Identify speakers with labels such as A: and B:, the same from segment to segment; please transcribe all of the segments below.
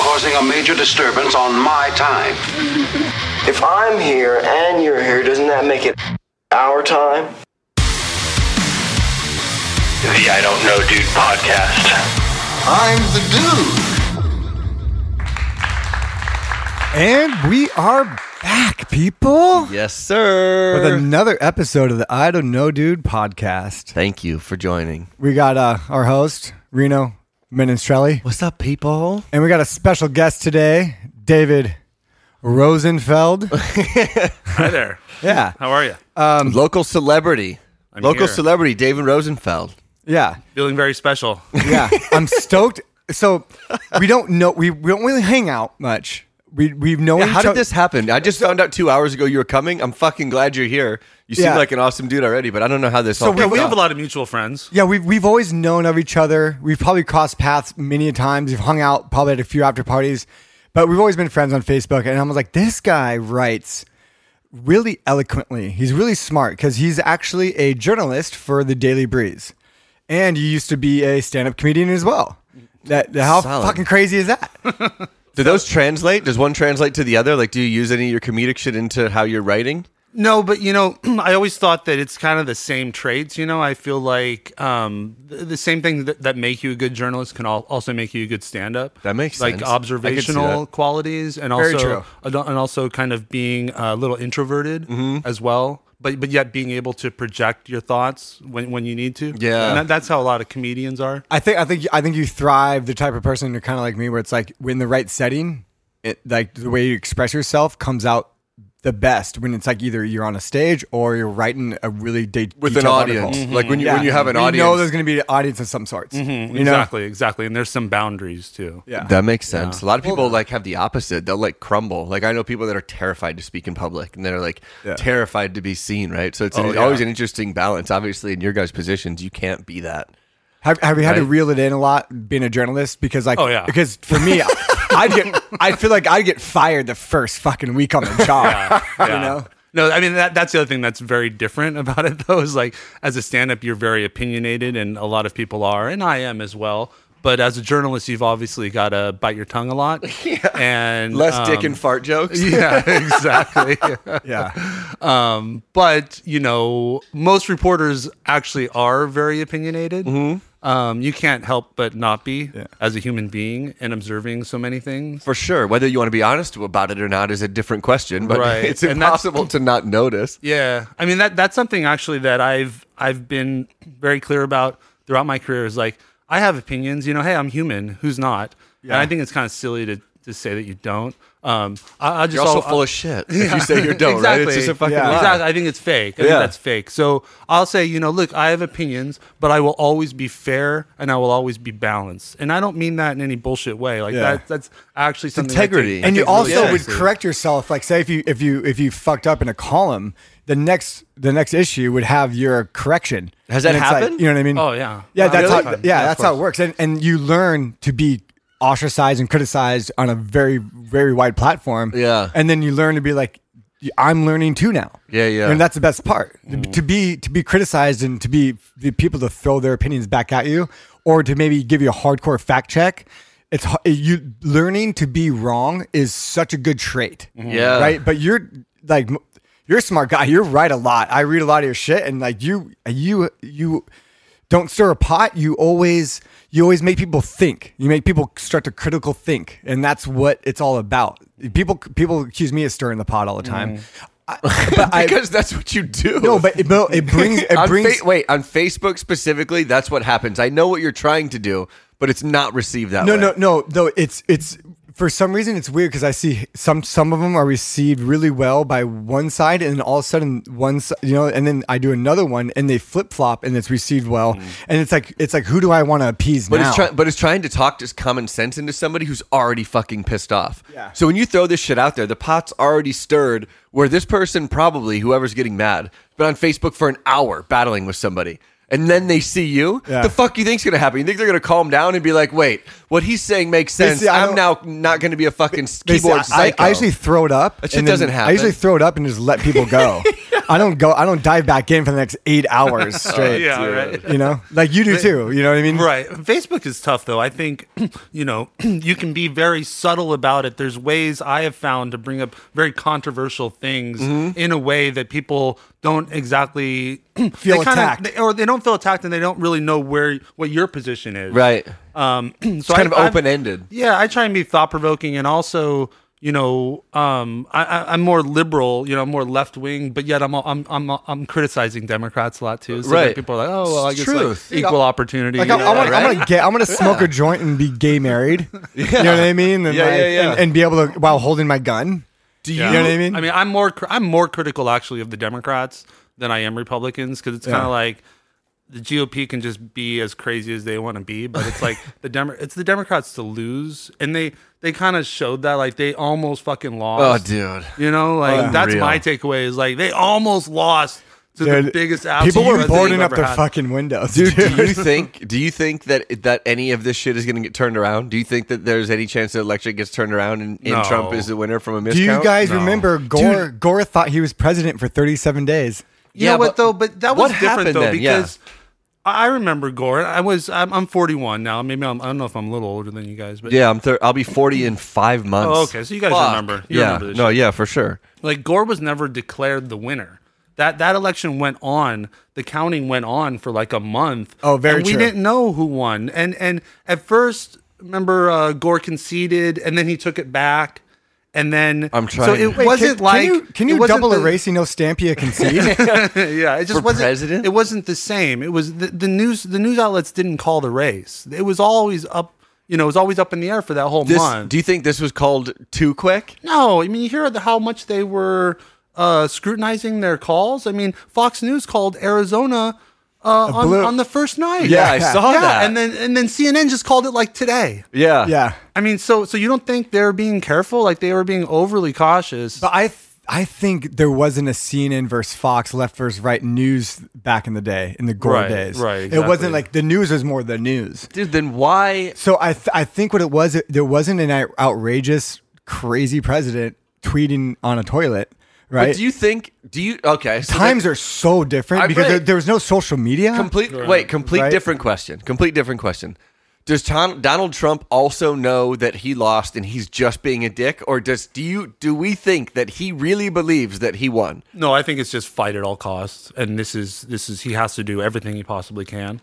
A: causing a major disturbance on my time.
B: If I'm here and you're here, doesn't that make it our time?
C: The I Don't Know Dude podcast.
D: I'm the dude.
E: And we are back, people,
F: Yes, sir.
E: with another episode of the I Don't Know Dude podcast.
F: Thank you for joining.
E: We got uh, our host, Reno Menestrelli,
F: What's up, people?
E: and we got a special guest today, David Rosenfeld.
G: Hi there.
E: yeah.
G: How are you?
F: Local celebrity.
G: I'm
F: Local
G: here.
F: celebrity, David Rosenfeld.
E: Yeah.
G: Feeling very special.
E: Yeah. I'm stoked. So we don't know, we, we don't really hang out much. We, we've known
F: Yeah,
E: each
F: how did
E: oth-
F: this happen? I just found out two hours ago you were coming. I'm fucking glad you're here. You seem
E: Yeah.
F: like an awesome dude already, but I don't know how this all
G: Yeah,
F: worked
G: we have a
F: out.
G: lot of mutual friends.
E: Yeah, we've we've always known of each other. We've probably crossed paths many a times. We've hung out probably at a few after parties, but we've always been friends on Facebook. And I was like, this guy writes really eloquently. He's really smart because he's actually a journalist for the Daily Breeze, and he used to be a stand-up comedian as well. That how
F: Solid.
E: fucking crazy is that?
F: Do those translate? Does one translate to the other? Like, do you use any of your comedic shit into how you're writing?
G: No, but you know, I always thought that it's kind of the same traits. You know, I feel like um, th- the same things that, that make you a good journalist can al- also make you a good stand-up.
F: That makes
G: like
F: sense. I could see
G: observational
F: that.
G: qualities, and
E: Very
G: also
E: true.
G: and al- and also kind of being a little introverted
F: Mm-hmm.
G: as well. But but yet being able to project your thoughts when, when you need to.
F: Yeah.
G: and that, that's how a lot of comedians are.
E: I think I think I think you thrive the type of person you're kind of like me, where it's like when the right setting, it like the way you express yourself comes out the best when it's like either you're on a stage or you're writing a really de-
F: With an
E: detailed
F: audience.
E: article.
F: Like, when you,
E: Yeah.
F: when you have an
E: you
F: audience. Mm-hmm.
E: know there's going to be an audience of some sorts. You know,
G: exactly, exactly. And there's some boundaries too.
E: yeah,
F: That makes sense. A lot of people like have the opposite. They'll like crumble. Like I know people that are terrified to speak in public and they're like terrified to be seen, right? So it's
E: Oh,
F: an- always an interesting balance. Obviously, in your guys' positions, you can't be that.
E: Have, have you had to
F: Right.
E: reel it in a lot being a journalist? Because like,
G: Oh, yeah.
E: Because for me, I get, I feel like I get fired the first fucking week on the job. You
G: Yeah.
E: know,
G: No, I mean that, that's the other thing that's very different about it though is like as a stand-up you're very opinionated and a lot of people are and I am as well. But as a journalist you've obviously got to bite your tongue a lot and
F: Less dick
G: um,
F: and fart jokes.
G: yeah, exactly.
E: yeah.
G: um, but you know, most reporters actually are very opinionated.
F: Mm-hmm.
G: Um, you can't help but not be as a human being and observing so many things.
F: For sure. Whether you want to be honest about it or not is a different question, but
G: Right.
F: it's
G: And that's-
F: impossible to not notice.
G: Yeah, I mean that that's something actually that I've I've been very clear about throughout my career is like I have opinions. You know, hey, I'm human. Who's not? And I think it's kind of silly to, to say that you don't. Um, I, I just
F: You're also
G: al-
F: full of shit if you say you don't, right? It's just a fucking
E: Yeah.
F: lie.
G: Exactly. I think it's fake. I
F: Yeah.
G: think that's fake. So I'll say, you know, look, I have opinions, but I will always be fair and I will always be balanced. And I don't mean that in any bullshit way. Like
E: Yeah.
G: that that's actually something I
F: integrity.
G: take-
F: I
E: and you
F: think really
E: also would
F: seriously.
E: correct yourself like say if you if you if you fucked up in a column the next the next issue would have your correction
F: Has that
E: And it's like-
F: happened?
E: you know what i mean
G: Oh, yeah.
E: yeah
G: Uh,
E: that's
G: really?
E: how yeah,
G: Yeah, of
E: that's how it
G: course.
E: works and and you learn to be ostracized and criticized on a very very wide platform
F: Yeah.
E: and then you learn to be like i'm learning too now
F: Yeah, yeah.
E: and that's the best part to be to be criticized and to be the people to throw their opinions back at you or to maybe give you a hardcore fact check it's h- you learning to be wrong is such a good trait
F: Mm-hmm. Yeah.
E: right but you're like m- you're a smart guy you're right a lot i read a lot of your shit and like you you you don't stir a pot you always you always make people think you make people start to critical think and that's what it's all about people people accuse me of stirring the pot all the time I- but I-
F: Mm-hmm. because that's what you do.
E: no, but it, no, it brings it
F: on
E: brings
F: fa- wait on Facebook specifically. That's what happens. I know what you're trying to do, but it's not received that
E: no,
F: way.
E: no, no, no. It's it's for some reason it's weird because I see some some of them are received really well by one side, and then all of a sudden one si- you know, and then I do another one, and they flip flop, and it's received well, and it's like it's like who do I want to appease
F: Mm. But
E: now?
F: it's trying, but it's trying to talk just common sense into somebody who's already fucking pissed off.
E: Yeah.
F: So when you throw this shit out there, the pot's already stirred. Where this person probably whoever's getting mad has been on Facebook for an hour battling with somebody, and then they see you.
E: Yeah.
F: The fuck you think's gonna happen? You think they're gonna calm down and be like, "Wait, what he's saying makes
E: They
F: sense.
E: see, I
F: I'm now not gonna be a fucking
E: They say,
F: keyboard
E: I, I
F: psycho."
E: usually throw it up.
F: That shit
E: and then
F: doesn't
E: I usually
F: happen.
E: throw it up and just let people go. I don't go. I don't dive back in for the next eight hours
F: Oh,
E: straight.
G: yeah, right.
E: You know, like you do too. You know what I mean?
G: Right. Facebook is tough though. I think, you know, you can be very subtle about it. There's ways I have found to bring up very controversial things
F: Mm-hmm.
G: in a way that people don't exactly
E: Feel
G: they kinda-
E: attacked.
G: they- or they don't feel attacked and they don't really know where what your position is.
F: Right.
G: Um so
F: It's kind
G: I-
F: of
G: I've-
F: open ended.
G: yeah, I try and be thought provoking and also, you know, um, I, I, I'm more liberal, you know, I'm more left wing, but yet I'm I'm I'm I'm criticizing Democrats a lot too. So then
F: Right.
G: people are like, oh, well, I
F: It's
G: guess
F: truth.
G: like equal opportunity.
E: Like
G: you
E: I,
G: know,
E: I want,
G: right?
E: I'm gonna get, I'm gonna smoke a joint and be gay married. You know what I mean? And
F: Yeah,
E: like-
F: yeah, yeah.
E: And, and be able to while holding my gun. Do you, know what I mean?
G: I mean, I'm more cr- I'm more critical actually of the Democrats than I am Republicans because it's kind of like the GOP can just be as crazy as they want to be, but it's like the Dem- it's the Democrats to lose, and they they kind of showed that like they almost fucking
F: Oh,
G: lost.
F: dude.
G: You know, like that's
F: Unreal. my
G: my takeaway is like they almost lost to the
E: Dude,
G: biggest
E: people were boarding up their fucking windows, dude.
F: Do you think? Do you think that that any of this shit is going to get turned around? Do you think that there's any chance that election gets turned around and, and
G: No.
F: Trump is the winner from a miscount?
E: Do you guys
G: No.
E: remember Gore? Gore thought he was president for 37 days.
G: You know
F: Yeah,
G: what
F: but
G: though? But that
F: what
G: was different
F: happened
G: though
F: then? Yeah.
G: because I I remember Gore. I was I'm, I'm 41 now. Maybe I'm, I don't know if I'm a little older than you guys, but
F: Yeah, I'm. Thir- I'll be 40 in five months.
G: Oh, okay. So you guys remember. You
F: yeah.
G: remember this
F: no.
G: shit.
F: Yeah, for sure.
G: like Gore was never declared the winner. That that election went on. The counting went on for like a month.
E: Oh, very
G: And we
E: true.
G: didn't know who won. And and at first, remember uh, Gore conceded, and then he took it back, and then
F: I'm
G: So
F: trying.
G: it
F: Wait,
G: wasn't
E: can,
G: like
E: can you, can
G: it
E: you
G: wasn't
E: double
G: the-
E: erase no Stampia concede?
G: yeah, it
F: For
G: just wasn't.
F: president?
G: It wasn't the same. It was the, the news. The news outlets didn't call the race. It was always up. You know, it was always up in the air for that whole
F: This,
G: month.
F: do you think this was called too quick?
G: No, I mean you hear the, how much they were uh, scrutinizing their calls. I mean, Fox News called Arizona uh, on,
E: blue-
G: on the first night.
F: Yeah, I saw
G: yeah,
F: that.
G: and then and then CNN just called it like today.
F: Yeah.
E: yeah.
G: I mean, so so you don't think they're being careful? Like they were being overly cautious?
E: But I th- I think there wasn't a CNN versus Fox, left versus right news back in the day, in the Gore
G: Right,
E: days.
G: right,
E: It
G: exactly.
E: wasn't like the news was more the news.
F: Dude, then why?
E: So I th- I think what it was, it, there wasn't an out- outrageous, crazy president tweeting on a toilet, right?
F: But do you think? Do you? Okay. so
E: Times
F: that-
E: are so different
F: I
E: because there,
F: read-
E: there was no social media.
F: complete. Wait, complete
E: Right?
F: different question. Complete different question. Does Tom, Donald Trump also know that he lost and he's just being a dick, or does do you do we think that he really believes that he won?
G: no, I think it's just fight at all costs. And this is this is he has to do everything he possibly can.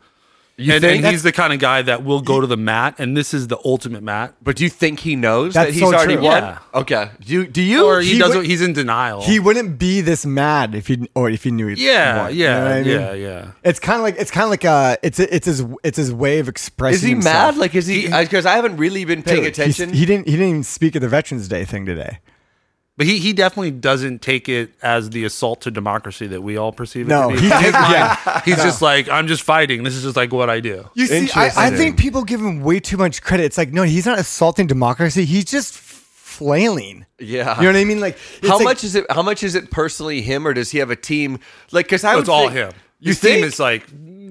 G: and,
F: think?
G: and he's the kind of guy that will go to the mat, and this is the ultimate mat.
F: But do you think he knows that
E: That's
F: he's
E: so
F: already
E: true.
F: won?
G: Yeah.
F: Okay. Do you- do you?
G: Or he,
E: He
G: doesn't.
E: would-
G: he's in denial.
E: He wouldn't be this mad if he or if he knew he
G: yeah,
E: won, you know
G: yeah,
E: what I mean?
G: yeah, yeah.
E: It's kind of like it's kind of like uh it's it's his it's his way of expressing.
F: is he
E: himself.
F: mad? Like is he? Because I haven't really been paying
E: Dude, he's-
F: attention.
E: He didn't. He didn't even speak at the Veterans Day thing today.
G: But he, he definitely doesn't take it as the assault to democracy that we all perceive it
E: No,
G: to be.
E: he
G: In his
E: did-
G: mind,
E: yeah.
G: He's just like, I'm just fighting. This is just like what I do.
E: You see, I, I
F: Interesting.
E: think people give him way too much credit. It's like, no, he's not assaulting democracy. He's just flailing.
F: Yeah.
E: you know what I mean. Like, it's
F: how
E: like-
F: much is it? How much is it personally him, or does he have a team? Like, because I
G: So
F: would
G: it's all
F: think-
G: him.
F: You
G: His
F: think
G: team is like,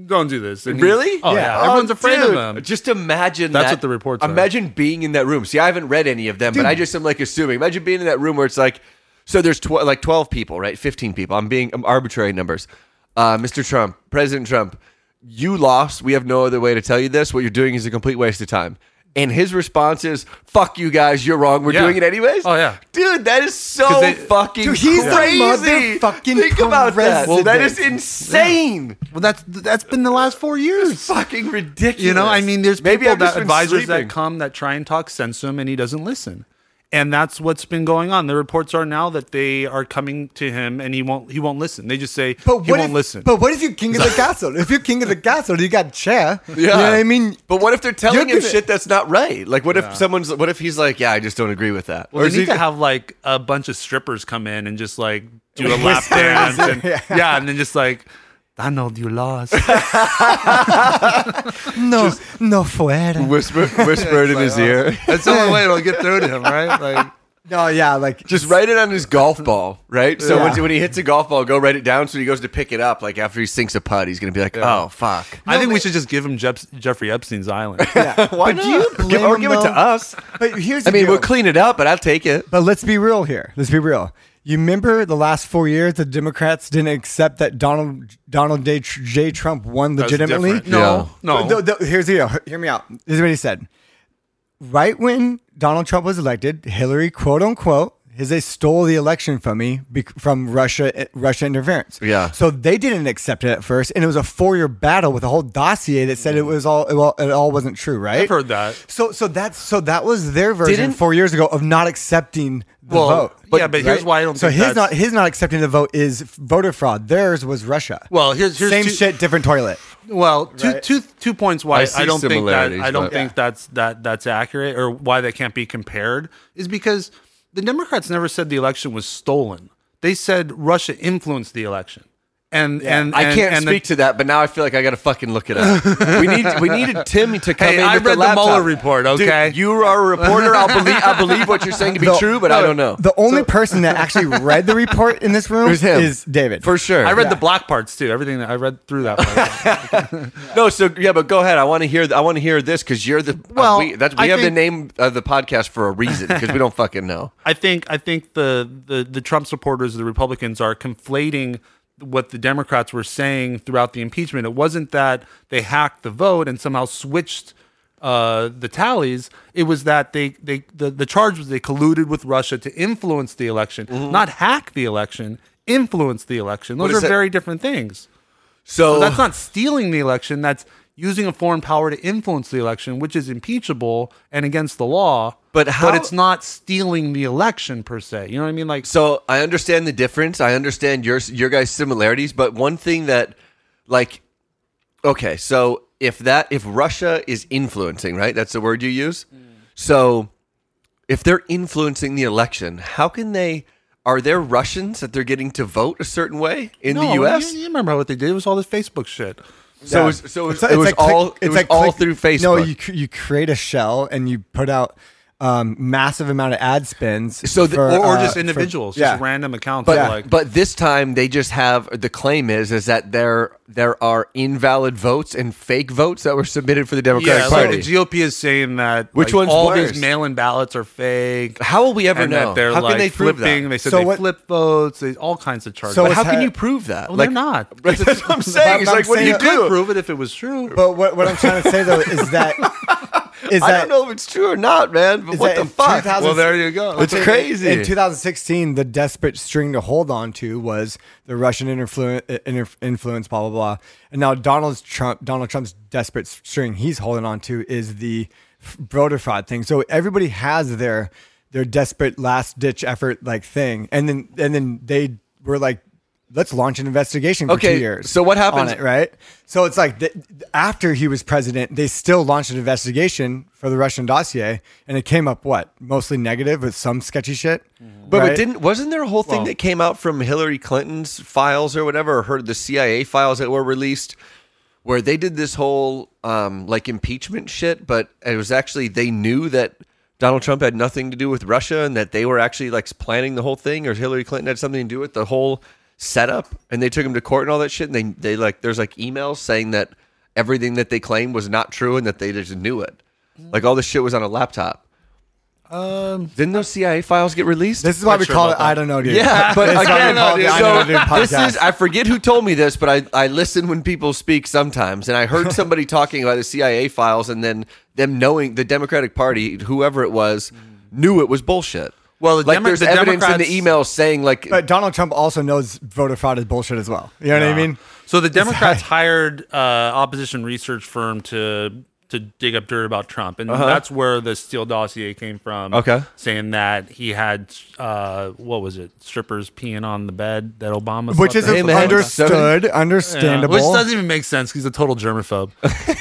G: don't do this. And he's-
F: really?
G: Oh, yeah.
E: Yeah.
G: Everyone's
F: Oh,
G: afraid
F: dude,
G: of him.
F: Just imagine
G: That's
F: that-
G: what the reports are.
F: Imagine being in that room. See, I haven't read any of them, but I just am like assuming. Imagine being in that room where it's like, so there's tw- like 12 people, right? 15 people. I'm being I'm arbitrary numbers. Uh, Mr. Trump, President Trump, you lost. We have no other way to tell you this. What you're doing is a complete waste of time. And his response is, "Fuck you guys, you're wrong. We're
G: Yeah.
F: doing it anyways."
G: Oh, yeah.
F: dude, that is so
G: 'Cause they-
F: fucking
E: Dude, he's the
F: crazy.
E: motherfucking
F: Think about that.
E: president.
F: that is insane.
G: well, that's that's been the last four years.
F: Fucking ridiculous.
G: You know, I mean, there's
F: Maybe
G: people
F: I've just
G: that
F: been
G: advisors
F: sleeping.
G: that come that try and talk sense to him, and he doesn't listen. And that's what's been going on. The reports are now that they are coming to him, and he won't. He won't listen. They just say he won't
E: if,
G: listen.
E: But what if you're king of the castle? If you're king of the castle, you got chair. Yeah. You know what I mean?
F: But what if they're telling
E: You're
F: him
E: gonna-
F: shit that's not right? Like, what if someone's, what if he's like, yeah, I just don't agree with that?
G: Well,
F: or
G: they
F: is
G: need
F: he,
G: to have like a bunch of strippers come in and just like do a lap dance, and, yeah. and then just like Donald, you lost.
E: No, no fuera.
F: whisper, whisper it in his ear?
G: That's the only way it'll get through to him, right? Like,
E: No, yeah, like
F: just write it on his golf ball, right? So
E: Yeah.
F: when, when he hits a golf ball, go write it down. So he goes to pick it up, like after he sinks a putt, he's gonna be like, oh fuck.
G: I think we should just give him Jep- Jeffrey Epstein's island.
E: Why but do you blame
F: Give, or
E: him,
F: give it to
E: though?
F: us.
E: But here's
F: I
E: the
F: mean,
E: deal.
F: we'll clean it up, but I'll take it.
E: But let's be real here. Let's be real. You remember the last four years, the Democrats didn't accept that Donald Donald J. J. Trump won
G: That's
E: legitimately.
G: different. No,
F: Yeah.
G: no.
E: Th- th- here's the deal. Hear me out. This is what he said. Right when Donald Trump was elected, Hillary, quote unquote, is they stole the election from me bec- from Russia eh, Russia interference.
F: Yeah.
E: So they didn't accept it at first, and it was a four year battle with a whole dossier that said it was all it all, it all wasn't true. Right.
G: I've heard that.
E: So so that's so that was their version
F: Didn't-
E: four years ago of not accepting the
G: Well,
E: vote.
G: but- yeah, but here's why I don't
E: So
G: think
E: his
G: that's-
E: not his not accepting the vote is f- voter fraud. Theirs was Russia.
G: Well, here's- here's
E: same
G: two-
E: shit, different toilet.
G: Well, two
E: Right.
G: two- two points why
F: I
G: I,
F: see
G: don't think that
F: similarities,
G: I don't
F: but-
G: think that's that that's accurate or why that can't be compared is because the Democrats never said the election was stolen. They said Russia influenced the election. And and
F: I
G: and-
F: can't
G: and the-
F: speak to that, but now I feel like I gotta fucking look it up. we need we needed Tim to come
G: Hey,
F: in.
G: I
F: with
G: read the
F: laptop.
G: Mueller report,
F: Dude,
G: okay?
F: you are a reporter. I'll believe I believe what you're saying to be
E: The-
F: true, but I don't know.
E: The only person that actually read the report in this room
F: It was him.
E: is David.
F: for sure.
G: I read the black parts too. Everything that I read through that. Part.
F: No, so yeah, but go ahead. I want to hear. I want to hear this because you're the well.
G: Well,
F: We, that's,
G: I
F: we have the
G: think-
F: name of the podcast for a reason because we don't fucking know.
G: I think I think the, the the Trump supporters, the Republicans, are conflating what the Democrats were saying throughout the impeachment. It wasn't that they hacked the vote and somehow switched uh, the tallies. It was that they they the, the charge was they colluded with Russia to influence the election, not hack the election, influence the election. Those
F: Mm-hmm. is
G: are
F: that- Oh.
G: very different things.
F: So,
G: So that's not stealing the election. That's using a foreign power to influence the election, which is impeachable and against the law.
F: But how-
G: but it's not stealing the election per se. You know what I mean? Like,
F: So I understand the difference. I understand your your guys' similarities, but one thing that, like, okay, so if that if Russia is influencing, right? That's the word you use. So if they're influencing the election, how can they? Are there Russians that they're getting to vote a certain way in the Uh,
G: No,
F: U.S.?
G: You, you remember what they did? It was all this Facebook shit.
F: So it was, so it was, it was all it was all through Facebook.
E: No, you cr- you create a shell and you put out um, massive amount of ad spins.
F: So the-
E: for,
F: or-
G: Or
E: uh,
G: just
E: for-
G: individuals,
E: yeah.
G: just random accounts.
F: But,
G: that like,
F: but this time they just have the claim is is that there there are invalid votes and fake votes that were submitted for the Democratic
G: yeah, like
F: Party.
G: the GOP is saying that
F: Which
G: like,
F: one's
G: all
F: worse?
G: these mail-in ballots are fake.
F: How will we ever
G: and
F: know?
G: That they're
F: How
G: like
F: can they prove
G: flipping.
F: that?
G: They said
E: So
G: they
E: what-
G: flip votes. They all kinds of charges.
E: So
F: but
E: it's
F: how can
E: ha-
F: you prove that?
G: Well, they're not.
F: That's what I'm saying. It's
E: I'm
F: like, what do
E: saying-
F: you
G: you could
F: do?
G: prove it if it was true.
E: But what, what I'm trying to say though is that is
F: I
E: that
F: don't know if it's true or not, man. But
E: is
F: what
E: that
F: the
E: in
F: fuck?
E: 2000
G: well, there you go.
F: It's crazy.
E: In 2016, the desperate string to hold on to was the Russian interflu- uh, inter- influence, blah blah blah. And now Donald Trump, Donald Trump's desperate string he's holding on to is the f- voter fraud thing. So everybody has their their desperate last ditch effort like thing, and then and then they were like, let's launch an investigation for
F: Okay,
E: two years.
F: so what
E: happened?
F: happens-
E: On it, right? So it's like the, after he was president, they still launched an investigation for the Russian dossier, and it came up what mostly negative with some sketchy shit.
F: Mm-hmm. But,
E: right?
F: but didn't wasn't there a whole thing that came out from Hillary Clinton's files or whatever, or her the CIA files that were released, where they did this whole um, like impeachment shit, but it was actually they knew that Donald Trump had nothing to do with Russia and that they were actually like planning the whole thing, or Hillary Clinton had something to do with the whole setup, and they took him to court and all that shit, and they they like there's like emails saying that everything that they claimed was not true and that they just knew it, like all this shit was on a laptop. Um, didn't those CIA files get released?
E: this is why
G: Not
E: we
G: sure
E: call it
G: about that.
E: I don't know, dude.
F: Yeah, but
E: This is why we
F: again,
E: call it the I don't know, dude
F: so this
E: podcast.
F: is I forget who told me this, but I I listen when people speak sometimes, and I heard somebody talking about the CIA files, and then them knowing the Democratic Party, whoever it was, knew it was bullshit.
G: Well, the
F: like
G: Demo-
F: there's
G: the
F: evidence in
G: Democrats-
F: the email saying like
E: but Donald Trump also knows voter fraud is bullshit as well. You know what I mean?
G: So the Democrats hired uh, opposition research firm to to dig up dirt about Trump, and that's where the Steele dossier came from.
F: Uh-huh. Okay.
G: saying that he had uh, what was it, strippers peeing on the bed that Obama,
E: Which is
G: slept
F: Hey,
G: on?
F: man.
E: understood, understandable.
G: which doesn't even make sense. 'cause He's a total germaphobe.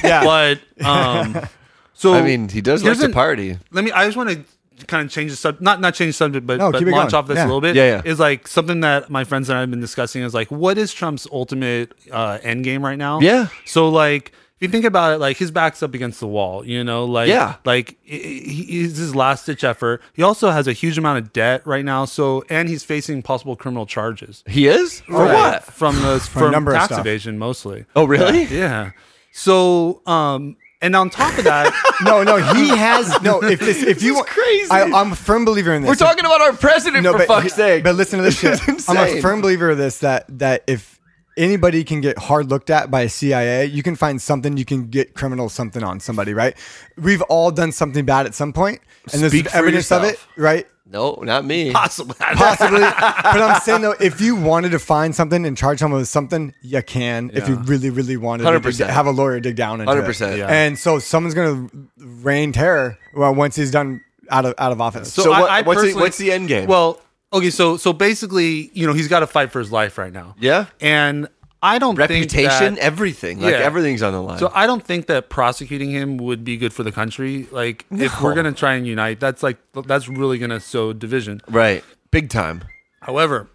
E: Yeah.
G: but um, so
F: I mean, he does like
G: here's
F: to
G: an-
F: party.
G: Let me. I just want to kind of change the sub. Not not change the subject, but,
E: No,
G: but
E: keep it
G: launch
E: going.
G: off this
E: Yeah.
G: a little bit.
F: Yeah, yeah.
G: Is like something that my friends and I have been discussing. Is like, what is Trump's ultimate uh, end game right now?
F: Yeah.
G: So like. If you think about it, like his back's up against the wall, you know, like
F: Yeah.
G: like i- i- he is his last ditch effort. He also has a huge amount of debt right now, so and he's facing possible criminal charges
F: He is for
G: Right.
F: what?
G: From the from
E: number of Oh,
G: tax
E: stuff.
G: evasion mostly.
F: Oh, really?
G: Yeah. So um And on top of that,
E: No, no, he has no. If this, if you,
F: is
E: want-
F: crazy.
E: I, I'm a firm believer in this.
F: We're talking about our president for fuck's sake.
E: But listen to this shit.
F: is
E: I'm a
F: insane.
E: firm believer of this that that if anybody can get hard looked at by a CIA, you can find something you can get criminal something on somebody, right? We've all done something bad at some point, and there's
F: Speak for
E: evidence of it,
F: yourself.
E: right?
F: no, not me.
G: possibly.
E: Possibly, but I'm saying though, if you wanted to find something and charge someone with something, you can. If you
F: Yeah.
E: really, really wanted to dig-
F: 100%.
E: have a lawyer dig down into
F: 100%,
E: it,
F: yeah.
E: and so someone's gonna rain terror well, once he's done out of out of office.
F: So what- what's the- what's the end game?
G: Well, okay, so so basically, you know, he's got to fight for his life right now.
F: Yeah.
G: and I don't
F: Reputation,
G: think that,
F: everything. Like
G: Yeah.
F: everything's on the line.
G: So I don't think that prosecuting him would be good for the country. Like if we're gonna try and unite, that's like that's really gonna sow division.
F: right. Big time.
G: However,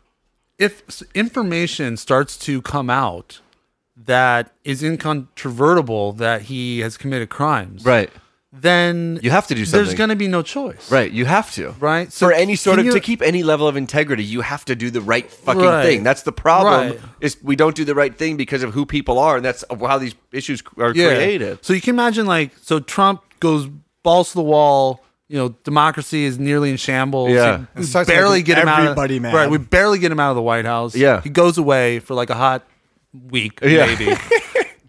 G: if s- information starts to come out that is incontrovertible that he has committed crimes,
F: Right.
G: Then
F: You have to do
G: There's
F: something.
G: going to be no choice,
F: Right. You have to.
G: Right.
F: for any sort
G: can
F: of
G: you-
F: to keep any level of integrity, you have to do the right fucking
G: Right.
F: thing. That's the problem.
G: Right.
F: Is we don't do the right thing because of who people are, and that's how these issues are created.
G: So you can imagine, like, so Trump goes balls to the wall. You know, democracy is nearly in shambles.
F: Yeah.
G: we
E: It starts
G: barely
E: making
G: get him out.
E: everybody
G: of,
E: mad.
G: Right, we barely get him out of the White House.
F: Yeah.
G: he goes away for like a hot week,
F: Yeah.
G: maybe.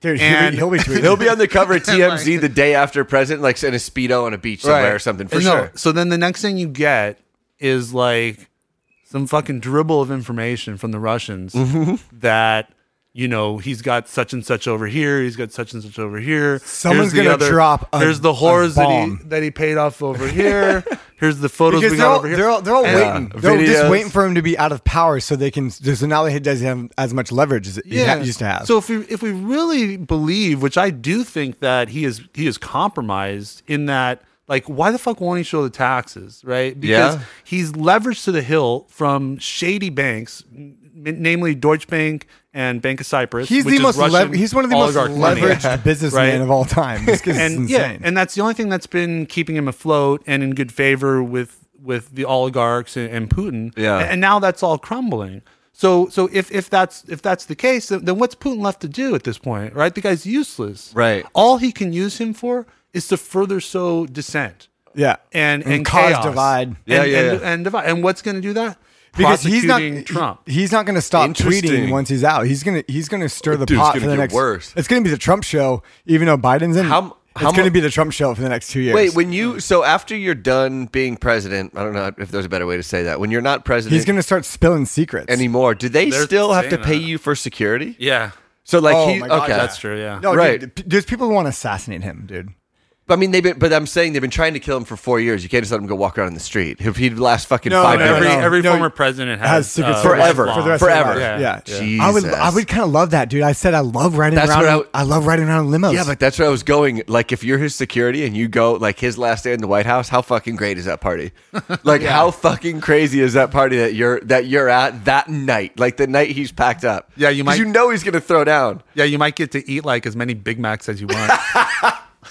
E: Dude,
G: And-
E: he'll be, he'll be tweeting.
F: He'll be on the cover of TMZ the day after president, like in a speedo on a beach somewhere or something for
G: And
F: sure.
G: So then the next thing you get is like some fucking dribble of information from the Russians
F: Mm-hmm.
G: that. You know he's got such and such over here. He's got such and such over here.
E: Someone's
G: Here's the
E: gonna drop a-
G: There's the
E: a
G: whores that
E: bomb.
G: he that he paid off over here. Here's the photos
E: Because
G: we
E: they're
G: got
E: all,
G: over here.
E: they're all they're all
G: And-
E: waiting.
F: Yeah.
E: They're just
F: Videos.
E: waiting for him to be out of power so they can. So now he doesn't have as much leverage as he ha- used to have.
G: So if we if we really believe, which I do think that he is he is compromised in that, like, why the fuck won't he show the taxes, right? Because
F: Yeah.
G: he's leveraged to the hill from shady banks, n- namely Deutsche Bank and Bank of Cyprus.
E: he's
G: which
E: the
G: is
E: most lev-
G: Russian
E: he's one of the most
G: oligarch money.
E: leveraged businessmen
G: Right.
E: of all time. This kid's
G: and
E: insane.
G: yeah, and that's the only thing that's been keeping him afloat and in good favor with with the oligarchs and, and Putin.
F: Yeah.
G: and, and now that's all crumbling. So so if if that's if that's the case, then, then what's Putin left to do at this point, right? The guy's useless.
F: Right.
G: All he can use him for is to further sow dissent.
E: yeah,
G: And and,
E: cause
G: chaos.
E: divide.
G: And,
F: Yeah, yeah,
G: and,
F: yeah.
G: and divide. And what's going to do that?
E: because he's not
G: Prosecuting Trump.
E: he- he's not going to stop
F: Interesting.
E: tweeting once he's out. He's gonna he's gonna stir the
F: Dude, it's
E: pot
F: gonna
E: for the
F: get
E: next.
F: worse.
E: It's going to be the Trump show, even though Biden's in.
F: How m- how
E: it's going to
F: mu-
E: be the Trump show for the next two years.
F: Wait, when you so after you're done being president, I don't know if there's a better way to say that. When you're not president
E: he's going to start spilling secrets.
F: anymore, do they
G: They're
F: still have to
G: saying
F: pay
G: that.
F: you for security?
G: yeah.
F: So like
E: Oh
F: he
E: my God,
F: okay,
G: That's true. Yeah.
E: no,
F: right.
E: dude, p- there's people who want to assassinate him, dude.
F: I mean, they've been, but I'm saying they've been trying to kill him for four years. You can't just let him go walk around in the street. If he'd last fucking
E: No,
F: five
E: no,
F: minutes,
G: every
E: no.
G: every
E: No,
G: former president has,
E: has secret
G: uh,
E: service
F: Forever.
E: for the rest
F: Forever.
E: Of their life. Yeah.
G: Yeah.
F: Jesus.
E: I would I would kind of love that, dude. I said I love riding
F: That's
E: around.
F: what I
E: I
F: would-
E: love riding around in limos.
F: yeah, but that's where I was going. Like, if you're his security and you go, like, his last day in the White House, how fucking great is that party? Like, how fucking crazy is that party that you're that you're at that night? Like the night he's packed up.
G: Yeah, you
F: 'Cause
G: might-
F: You know he's gonna throw down
G: Yeah, you might get to eat like as many Big Macs as you want.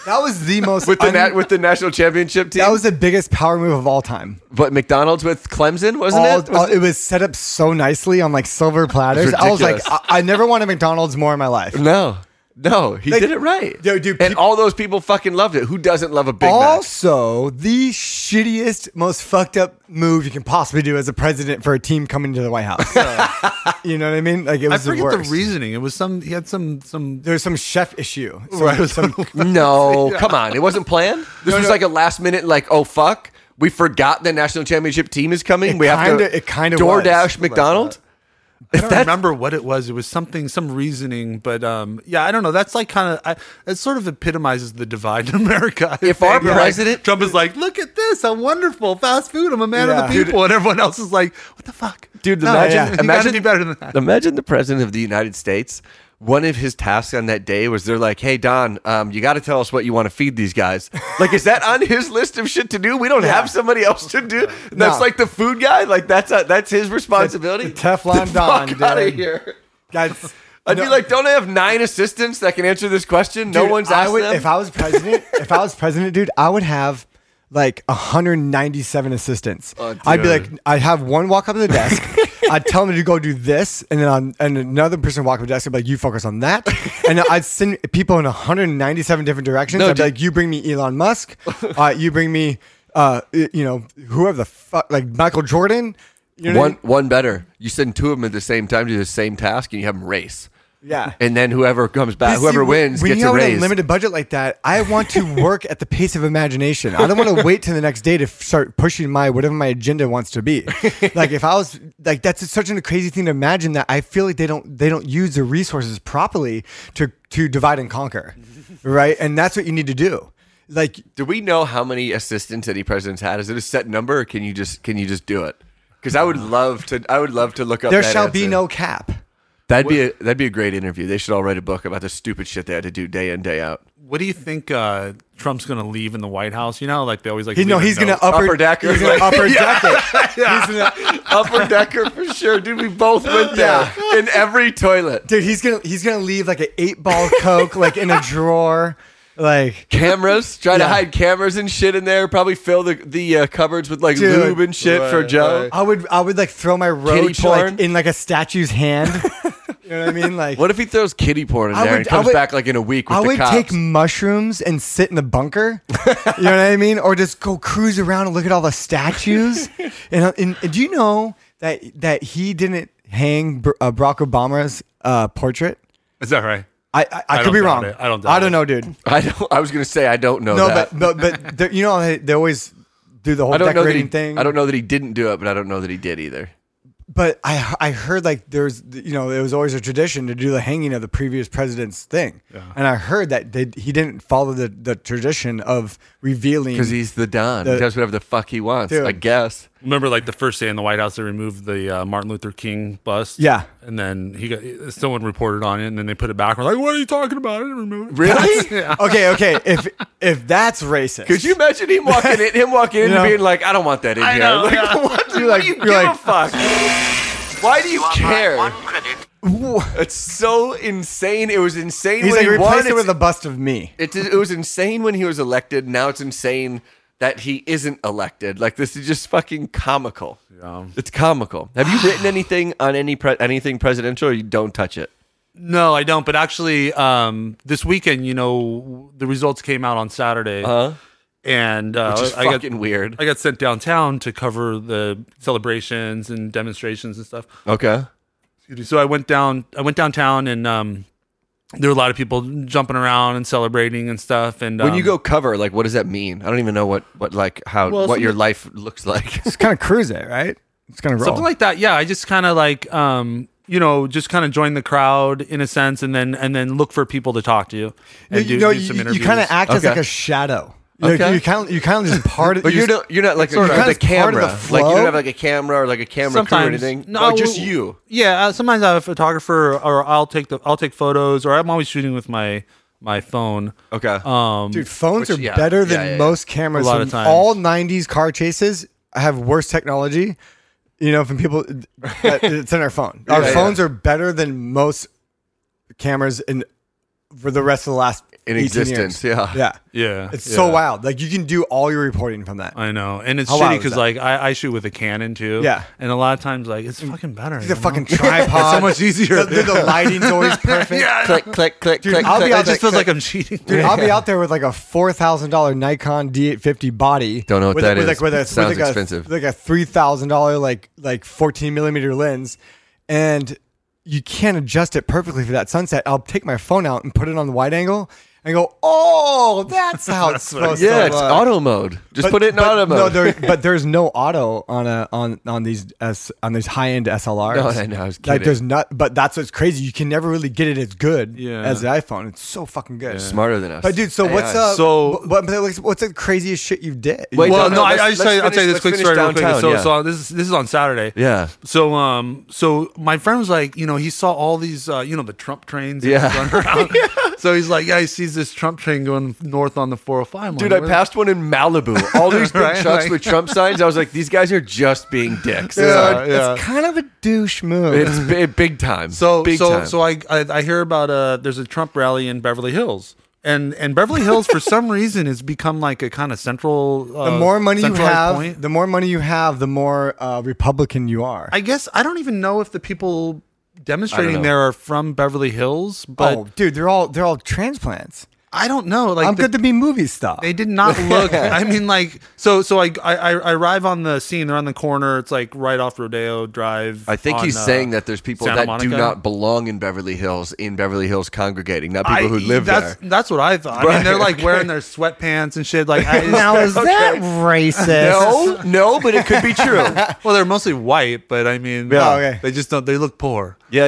E: that was the most
F: with the
E: un-
F: nat- with the national championship team.
E: that was the biggest power move of all time.
F: but McDonald's with Clemson, wasn't
E: All,
F: it?
E: all-
F: Was-
E: it was set up so nicely on like silver platters. I was like,
F: ridiculous.
E: I, I never wanted McDonald's more in my life.
F: no. No, he
E: Like-
F: did it right.
E: Yo, dude,
F: and
E: peop-
F: all those people fucking loved it. Who doesn't love a Big Mac?
E: also, the shittiest, most fucked up move you can possibly do as a president for a team coming to the White House. you know what I mean? Like it
G: I
E: was the
G: forget the
E: worst.
G: reasoning. It was some. He had some. Some.
E: There's some chef issue. Some- some-
F: No, come on. It wasn't planned. This was like a last minute, like, oh fuck, we forgot the national championship team is coming.
E: It
F: we have
E: kinda-
F: to.
E: it kinda was,
F: DoorDash
E: something like
F: McDonald's.
G: I don't remember what it was. It was something. Some reasoning. But um. Yeah, I don't know. That's like kind of. It sort of epitomizes the divide in America. I
F: If our
G: think. Like,
F: president-
G: Trump is like, look at this. I'm wonderful. Fast food. I'm a man
E: Yeah.
G: of the people. and everyone else is like, what the fuck,
F: Dude,
G: No,
F: imagine,
G: you gotta
F: imagine
G: be better than that.
F: Imagine the president of the United States. One of his tasks on that day was they're like, "Hey Don, um, you got to tell us what you want to feed these guys." Like, is that on his list of shit to do? We don't have somebody else to do. That's
E: No.
F: like the food guy. Like that's a, that's his responsibility.
E: Teflon
F: The
E: Don,
F: fuck out of
E: dude.
F: here.
E: That's.
F: I'd
E: no.
F: be like, don't I have nine assistants that can answer this question? no
E: Dude,
F: one's
E: I
F: asked
E: would-
F: them.
E: If I was president, if I was president, dude, I would have like 197 assistants.
F: Oh,
E: I'd be like, I'd have one walk up to the desk. I'd tell them to go do this, and then on, and another person walk up to the desk and be like, "You focus on that." And I'd send people in 197 different directions.
F: No,
E: I'd be
F: dude.
E: like, "You bring me Elon Musk. Uh, you bring me, uh, y- you know, whoever the fuck, like Michael Jordan." You know what I
F: One
E: mean?
F: one better. You send two of them at the same time, do the same task, and you have them race.
E: Yeah.
F: And then whoever comes back,
E: See,
F: Uh, whoever
E: when-
F: wins,
E: when
F: gets
E: you
F: a
E: have
F: raise.
E: a limited budget like that, I want to work at the pace of imagination. I don't want to wait till the next day to f- start pushing my whatever my agenda wants to be. Like if I was like that's such a crazy thing to imagine that I feel like they don't they don't use the resources properly to to divide and conquer, right? And that's what you need to do. Like
F: do we know how many assistants any president's had? Is it a set number? Or can you just can you just do it? Because I would love to. I would love to look up.
E: there
F: that
E: shall be
F: answer.
E: no cap.
F: That'd be a, that'd be a great interview. They should all write a book about the stupid shit they had to do day in day out.
G: What do you think uh, Trump's going to leave in the White House? You know, like they always like.
E: He, no,
G: leave a
E: he's gonna
G: note.
E: upper,
F: Upper decker.
E: He's gonna upper deck it. He's gonna
F: Upper decker for sure, dude. We both went there in every toilet.
E: Dude, he's gonna he's gonna leave like an eight ball coke like in a drawer, like
F: Cameras, try to
E: Yeah.
F: hide cameras and shit in there. Probably fill the the uh, cupboards with like
E: Dude.
F: lube and shit for
H: Right,
F: Joe.
H: right.
E: I would I would like throw my roach
F: porn?
E: like in like a statue's hand. you know what I mean? Like
F: What if he throws kitty porn in
E: I
F: there
E: would-
F: and
E: I
F: comes
E: would-
F: back like in a week with
E: I
F: the
E: would
F: cops?
E: take mushrooms and sit in the bunker. you know what I mean? Or just go cruise around and look at all the statues. and, and, and do you know that that he didn't hang Br- uh, Barack Obama's uh, portrait?
G: Is that right?
E: I I, I,
G: I
E: could
G: don't
E: be
G: doubt
E: wrong.
G: it. I don't doubt
E: I don't
G: it.
E: know, dude.
F: I don't. I was gonna say I don't know
E: No,
F: that.
E: but but but they- you know they, they always do the whole
F: I don't know that
E: decorating
F: he,
E: thing.
F: I don't know that he didn't do it, but I don't know that he did either.
E: but I I heard like there's you know it was always a tradition to do the hanging of the previous president's thing, and I heard that they, he didn't follow the, the tradition of revealing
F: Because he's the Don.
E: The-
F: he does whatever the fuck he wants.
E: Dude.
F: I guess.
G: Remember, like the first day in the White House, they removed the uh, Martin Luther King bust.
E: Yeah.
G: and then he got uh, someone reported on it, and then they put it back. We're like, "What are you talking about? I didn't remove it."
F: Really?
E: okay okay if if that's racist
F: Could you imagine him walking in? Him walking in
E: You know?
F: and being like, "I don't want that in here."
G: know,
F: like,
G: yeah.
F: what, do-
E: You're
F: what
E: like-
F: do you
E: you're
F: give a
E: like-
F: fuck? Why do you care?
A: credit.
F: It's so insane. It was insane
E: he's
F: when
E: like
F: he won.
E: replace it
F: It's-
E: with a bust of me
F: It, it was insane when he was elected. Now it's insane that he isn't elected. Like this is just fucking comical. It's comical. Have you written anything on any pre- anything presidential? or You don't touch it.
G: No, I don't. But actually, um, this weekend, you know, the results came out on Saturday,
F: Huh?
G: and uh,
F: Which is
G: I
F: fucking
G: got
F: weird.
G: I got sent downtown to cover the celebrations and demonstrations and stuff.
F: okay.
G: Excuse me. So I went down. I went downtown, and um, there were a lot of people jumping around and celebrating and stuff. And
F: When
G: um,
F: you go cover, like, what does that mean? I don't even know what, what like, how,
G: Well,
F: what your
G: something-
F: life looks like.
E: it's kind of cruise it right it's kind of roll
G: something like that, yeah, I just kind of like um, you know, just kind of join the crowd in a sense, and then and then look for people to talk to
E: you,
G: and do,
E: you know
G: do
E: you,
G: some
E: you
G: interviews.
E: kind of act as
F: Okay.
E: like a shadow Like,
F: Okay.
E: you kind of you kind of just part of
F: But you're,
E: just-
F: not, you're not like
E: Sort
F: sort
E: of.
F: of the
E: That's part of
F: camera.
E: the
F: like you
E: flow.
F: don't have like a camera or like a camera crew or anything.
G: No,
F: like, just
G: we-
F: you.
G: Yeah, uh, sometimes I have a photographer, or I'll take the I'll take photos, or I'm always shooting with my my phone.
F: Okay.
G: Um,
E: Dude, phones
F: Which-
E: are
F: yeah.
E: better
F: Yeah,
E: than
F: yeah, yeah.
E: most cameras.
G: A lot
E: So
G: of times.
E: All '90s car chases have worse technology. You know, from people, that it's in our phone. Our
F: Yeah,
E: phones are better than most cameras in for the rest of the last
F: In
E: 18
F: existence,
E: years.
F: yeah.
E: yeah,
G: yeah,
E: It's
G: yeah.
E: so wild. Like you can do all your reporting from that.
G: I know, and it's
E: How
G: shitty
E: wild is
G: because
E: that?
G: like I, I shoot with a Canon too.
E: Yeah.
G: and a lot of times like it's fucking better.
E: The
G: you know?
E: fucking tripod.
G: It's so much easier.
E: The, the lighting's always perfect.
F: click, click, click,
E: Dude,
F: click.
E: I'll be
F: click,
E: out
G: it
F: click.
G: just feels like I'm cheating.
E: Dude, I'll be out there with like a four thousand dollar Nikon D eight fifty body.
F: Don't know what
E: with,
F: that
E: with
F: is.
E: Like, with a,
F: Sounds
E: with like
F: expensive.
E: A, like a three thousand dollar like like fourteen millimeter lens, and you can't adjust it perfectly for that sunset. I'll take my phone out and put it on the wide angle and go, oh, that's how it's supposed to
F: yeah, it's
E: look.
F: auto mode. Just put it in auto mode.
E: uh, No, there, but there's no auto on a on on these S, on these high end SLRs.
F: No, I know, I was
E: like
F: kidding.
E: there's not, but that's what's crazy. You can never really get it as good
G: Yeah.
E: as the iPhone. It's so fucking good.
F: Smarter than us.
E: But dude, so
F: AI.
E: what's up?
G: So-
E: what, what- what's the craziest shit you did?
F: Wait,
G: well,
F: no, no,
G: no, I,
F: let's-
G: I just
F: let's
G: tell you, I'll tell you
F: finish-
G: this quick
F: let's
G: story real
F: finish
G: quick.
F: downtown,
G: So,
F: yeah.
G: so this is this is on Saturday.
F: Yeah.
G: So um, so my friend was like, you know, he saw all these, uh, you know, the Trump trains. that
F: Yeah.
G: run around. So he's like, yeah, he sees this Trump train going north on the 405. I'm
F: Dude, I
G: like, "Where-
F: passed one in Malibu. All these big
G: Right,
F: trucks
G: like-
F: with Trump signs. I was like, these guys are just being dicks.
E: Dude,
G: yeah.
E: it's kind of a douche move.
F: It's bi- big time.
G: So
F: big
G: so
F: time.
G: so I, I I hear about uh, there's a Trump rally in Beverly Hills. and and Beverly Hills for some reason has become like a kind of central. Uh,
E: The more money you
G: centralized
E: have,
G: point.
E: the more money you have, the more uh, Republican you are.
G: I guess I don't even know if the people demonstrating there are from Beverly Hills, but
E: oh, dude, they're all they're all transplants.
G: I don't know. Like
E: I'm
G: the-
E: good to be movie stuff.
G: They did not look. I mean, like, so, so I, I, I arrive on the scene. They're on the corner. It's like right off Rodeo Drive.
F: I think
G: on,
F: he's
G: uh,
F: saying that there's people
G: Santa
F: that do
G: Monica.
F: not belong in Beverly Hills in Beverly Hills congregating, not people
G: I-
F: who live
G: that's,
F: there.
G: That's what I thought. I mean,
F: Right,
G: they're like wearing their sweatpants and shit. Like, I just,
E: that racist?
F: No, no, but it could be true. yeah,
G: well, they're mostly white, but I mean,
E: Yeah.
G: uh,
E: Okay.
G: they just don't. They look poor.
F: yeah.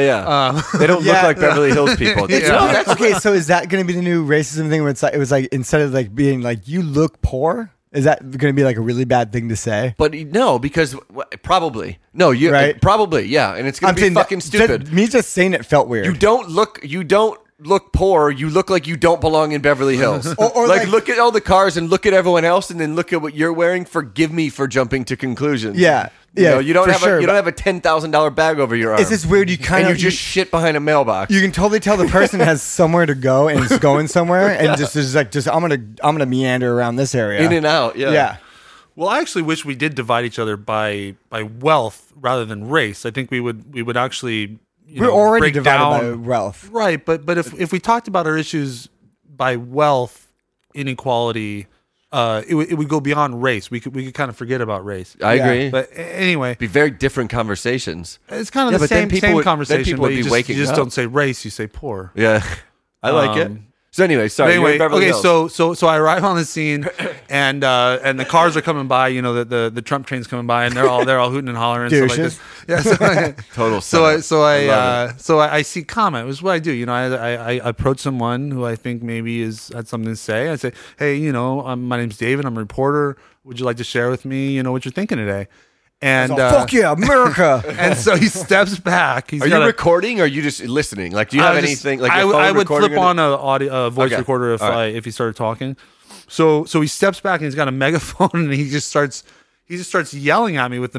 F: they don't
E: Yeah.
F: look like Beverly Hills people. That's
G: Uh, Yeah.
F: all.
E: okay, so is that going to be the new racism thing? Where it's like it was like instead of like being like you look poor, is that going to be like a really bad thing to say?
F: But no, because w- probably no, you
E: Right.
F: probably yeah, and it's gonna be
E: saying that-
F: fucking
E: just-
F: stupid.
E: me just saying it felt weird.
F: You don't look. You don't look poor. You look like you don't belong in Beverly Hills.
E: Or- or
F: like,
E: like-
F: look at all the cars and look at everyone else, and then look at what you're wearing. Forgive me for jumping to conclusions.
E: Yeah,
F: You
E: yeah,
F: know, you don't
E: for
F: have
E: sure,
F: a, you
E: but-
F: don't have a ten thousand dollar bag over your arm.
E: It's just weird. You kind
F: and you
E: of
F: just shit behind a mailbox.
E: you, can totally tell the person has somewhere to go and is going somewhere and just is like just I'm gonna I'm gonna meander around this area
F: in and out. Yeah.
E: Yeah.
G: Well, I actually wish we did divide each other by by wealth rather than race. I think we would we would actually you
E: We're
G: know,
E: already
G: break
E: divided by
G: down-
E: wealth.
G: Right, but but if if we talked about our issues by wealth inequality, uh, it would it would go beyond race. We could we could kind of forget about race.
F: I
E: Yeah.
F: agree.
G: But a- anyway,
F: be very different conversations.
G: it's kind of
F: Yeah,
G: the
F: but then
G: same
F: people
G: same
F: would- then
G: conversation.
F: people
G: but
F: would
G: you
F: be
G: just,
F: waking
G: you just
F: up.
G: don't say race, you say poor.
F: Yeah, I like it.
G: Um,
F: So anyway, sorry.
G: But
F: you're in
G: anyway,
F: Beverly
G: okay,
F: Hills.
G: so so so I arrive on the scene, and uh, and the cars are coming by. You know, the, the the Trump train's coming by, and they're all they're all hooting and hollering and
E: Douches.
G: stuff like this. Yeah, so,
F: Total
G: So I
F: setup.
G: so I,
F: love
G: uh, so I, I see comment. It was what I do. You know, I, I I approach someone who I think maybe is had something to say. I say, hey, you know, um, my name's David. I'm a reporter. Would you like to share with me, you know, what you're thinking today? And
E: So,
G: uh,
E: fuck yeah, America.
G: And so he steps back. He's
F: are
G: got
F: you
G: a-
F: recording or are you just listening? Like, do you have
G: I just-
F: anything like
G: I
F: a
G: would-
F: phone
G: I would
F: recording
G: flip
F: or
G: on a audio a voice
F: Okay.
G: recorder if
F: All
G: I
F: right.
G: if he started talking. So so he steps back and he's got a megaphone and he just starts he just starts yelling at me with the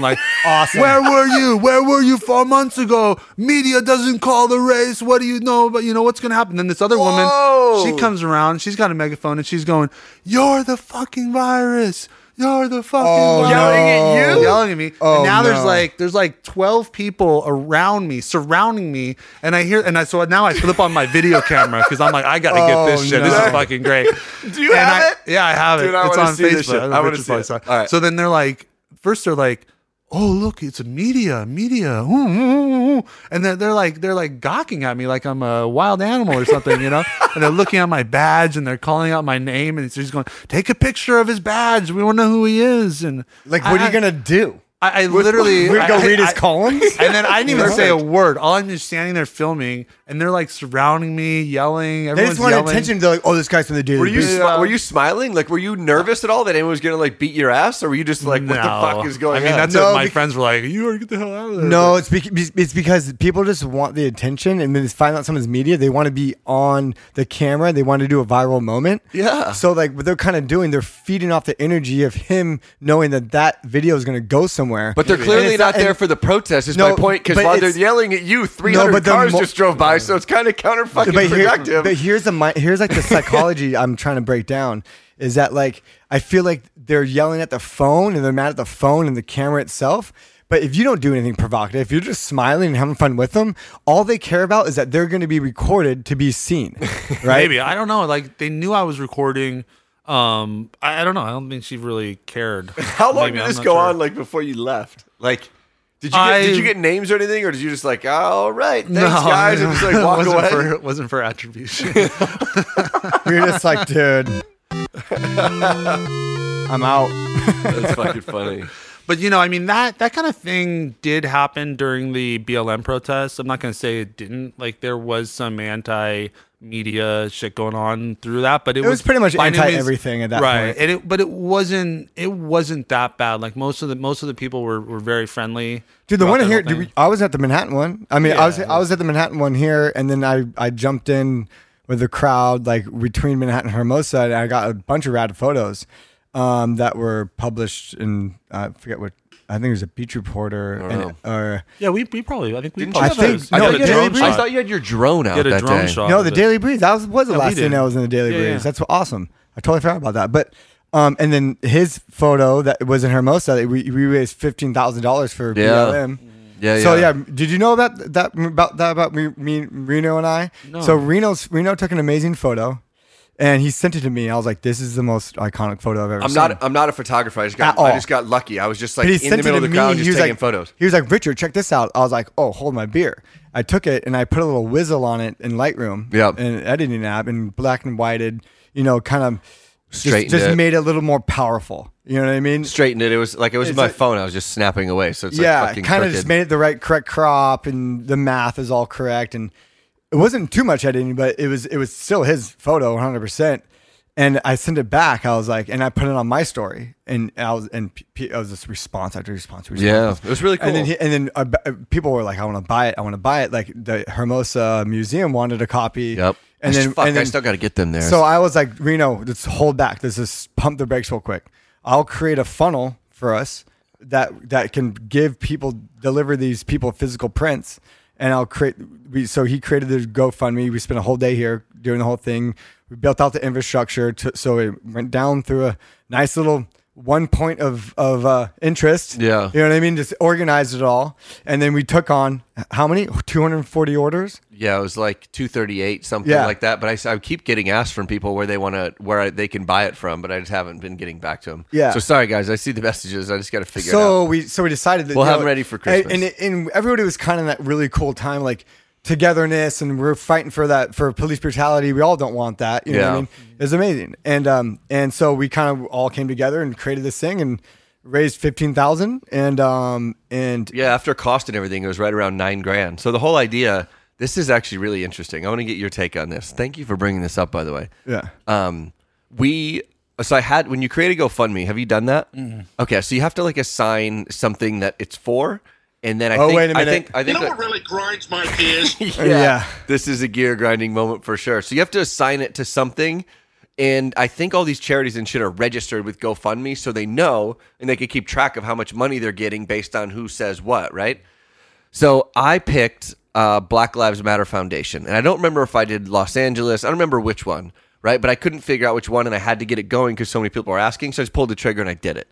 G: like
E: Awesome.
G: Where were you? Where were you four months ago? Media doesn't call the race. What do you know? But you know what's gonna happen? Then this other
F: Whoa.
G: woman she comes around. She's got a megaphone and she's going, "You're the fucking virus." You're the fucking
F: Oh,
G: virus."
E: Yelling at no. you?
G: yelling at me.
E: Oh,
G: and now
E: no.
G: there's like there's like 12 people around me surrounding me and i hear and i so now i flip on my video camera because i'm like i gotta
E: Oh,
G: get this shit this
E: no.
G: is fucking great
F: Do you
G: And
F: have
G: I-
F: it?
G: yeah i have
F: Dude,
G: it
F: I
G: it's
F: wanna
G: on
F: see
G: facebook
F: this shit.
G: don't
F: I
G: know if
F: wanna
G: Richard's
F: see
G: probably
F: it.
G: saw
F: All right.
G: so then they're like first they're like Oh look, it's a media, media, Ooh, ooh, ooh, ooh. and they're, they're like they're like gawking at me like I'm a wild animal or something, you know. and they're looking at my badge and they're calling out my name and it's just going, take a picture of his badge. We want to know who he is. And
E: like, what are
G: I-
E: you gonna do?
G: I, I literally
E: We're
G: I-
E: gonna go
G: I-
E: read his
G: I-
E: columns.
G: and then I didn't even
E: Perfect.
G: say a word. All I'm just standing there filming, and they're like surrounding me, yelling.
E: They
G: Everyone's
E: just wanted
G: yelling.
E: attention. They're like, oh, this guy's from the Daily
F: Were you
E: Beast.
F: smi-
G: Yeah.
F: were you smiling? Like, were you nervous at all that anyone was gonna like beat your ass, or were you just like, what the fuck is going
G: I mean,
F: on?
G: that's
E: No,
G: what my
E: bec-
G: friends were like. You are get the hell out of there.
E: No, it's bec- it's because people just want the attention, and then they find out someone's media. They want to be on the camera. They want to do a viral moment.
F: Yeah.
E: So like, what they're kind of doing, they're feeding off the energy of him knowing that that video is going to go somewhere.
F: but they're
E: And
F: clearly
E: it's
F: not there
E: and-
F: for the protest. Is
E: No,
F: my point? Because
E: but
F: while they're
E: it's-
F: yelling at you, three
E: No,
F: hundred
E: but the
F: cars
E: mo-
F: just drove by, so it's kind of counter fucking
E: but, here-
F: productive.
E: but here's the mi- here's like the psychology I'm trying to break down is that like I feel like they're yelling at the phone and they're mad at the phone and the camera itself. But if you don't do anything provocative, if you're just smiling and having fun with them, all they care about is that they're going to be recorded to be seen, right?
G: maybe I don't know. Like they knew I was recording. Um, I, I don't know. I don't think she really cared.
F: How long
G: Maybe,
F: did
G: I'm
F: this
G: not
F: go
G: sure.
F: on? Like before you left? Like. Did you, get,
G: I-
F: did you get names or anything, or did you just like, all right, thanks
G: No,
F: guys, and just like walk
G: wasn't
F: away?
G: For, wasn't for attribution.
E: You're just like, dude, I'm out.
F: That's fucking funny.
G: but you know, I mean that that kind of thing did happen during the BLM protests. I'm not going to say it didn't. Like there was some anti media shit going on through that, but it,
E: was pretty much
G: by no means-
E: anti-everything at that
G: right.
E: point.
G: And it, but it wasn't it wasn't that bad. Like most of the most of the people were, were very friendly.
E: Dude, the
G: throughout
E: one
G: that
E: here,
G: whole
E: dude,
G: thing.
E: we- I was at the Manhattan one. I mean, I was
G: Yeah.
E: I was at the Manhattan one here, and then I I jumped in with the crowd like between Manhattan and Hermosa, and I got a bunch of rad photos um, that were published in uh, I forget what I think it was a beach reporter,
F: don't
E: and,
F: know.
E: or
G: Yeah, we, we probably. I think we
F: Didn't you
G: probably.
F: have a-
E: think-
F: I
E: no,
F: thought
E: the
F: you had a
E: Daily
F: drone
E: Breeze-
F: shot. I thought you had your drone out
G: Get a
F: that
G: drone
F: day.
G: shot.
E: No,
G: of
E: the
G: it.
E: Daily Breeze. That was, was the
G: Yeah, we
E: last thing
G: did.
E: that was in the Daily
G: Yeah,
E: Breeze.
G: yeah.
E: That's awesome. I totally forgot about that. But um, and then his photo that was in Hermosa, that we, we raised fifteen thousand dollars for
F: Yeah.
E: BLM.
F: Yeah,
E: So yeah,
F: yeah.
E: did you know that that about that about me, me Reno and I?
G: No.
E: So Reno's Reno took an amazing photo, and he sent it to me. I was like, "This is the most iconic photo I've ever
F: I'm
E: seen."
F: not. I'm not a photographer. I just got.
E: At all.
F: I just got lucky. I was just like
E: But he
F: in the
E: sent
F: middle
E: it
F: of
E: to
F: the
E: me.
F: crowd,
E: and
F: just
E: he was
F: taking
E: like,
F: photos.
E: He was like, Richard, check this out. I was like, oh, hold my beer. I took it and I put a little whizzle on it in Lightroom.
F: Yep.
E: And editing app and black and whited, you know, kind of just-
F: Straightened
E: just,
F: it.
E: made it a little more powerful. You know what I mean?
F: Straightened it. It was like it was
E: It's
F: my
E: like-
F: phone. I was just snapping away. So it's
E: yeah,
F: like fucking
E: kind of just
F: crooked.
E: made it the right correct crop and the math is all correct and it wasn't too much editing, but it was it was still his photo 100. percent And I sent it back. I was like, and I put it on my story, and I was and p- p- it was this response after response. response.
F: Yeah, it was really cool.
E: And then he, and then uh, b- uh, people were like, I want to buy it. I want to buy it. Like the Hermosa Museum wanted a copy.
F: Yep.
E: And then,
F: fuck,
E: and
F: I
E: then
F: still got to get them there.
E: so I was like, Reno, let's hold back. Let's just pump the brakes real quick. I'll create a funnel for us that that can give people deliver these people physical prints, and I'll create. We, so he created the GoFundMe. We spent a whole day here doing the whole thing. We built out the infrastructure, to, so it went down through a nice little one point of of uh, interest.
F: Yeah.
E: you know what I mean. Just organized it all, and then we took on how many? Two hundred and forty orders.
F: yeah, it was like 238 something
E: Yeah.
F: like that. But I s- I, keep getting asked from people where they want to where I, they can buy it from, but I just haven't been getting back to them.
E: Yeah.
F: So sorry guys, I see the messages. I just got to figure it out.
E: so we so we decided that
F: We'll
E: you
F: have 'em ready for Christmas.
E: And, and, and everybody was kind of in that really cool time, like togetherness, and we're fighting for that for police brutality. We all don't want that. You know what I
F: Yeah.
E: mean? It's amazing. And um and so we kind of all came together and created this thing and raised fifteen thousand and um and
F: Yeah, after cost and everything, it was right around nine grand. So the whole idea, this is actually really interesting. I want to get your take on this. Thank you for bringing this up, by the way.
E: yeah.
F: um, we so I had when you create a GoFundMe. Have you done that? Okay, so you have to like assign something that it's for, and then I
E: Oh,
F: think
E: wait a
F: I
E: minute.
F: think I
H: You
F: think
H: know
F: that-
H: what really grinds my gears?
E: Yeah.
F: this is a gear grinding moment for sure. So you have to assign it to something. And I think all these charities and shit are registered with GoFundMe so they know and they can keep track of how much money they're getting based on who says what, right? So I picked uh, Black Lives Matter Foundation. And I don't remember if I did Los Angeles. I don't remember which one, right? But I couldn't figure out which one and I had to get it going because so many people were asking. So I just pulled the trigger and I did it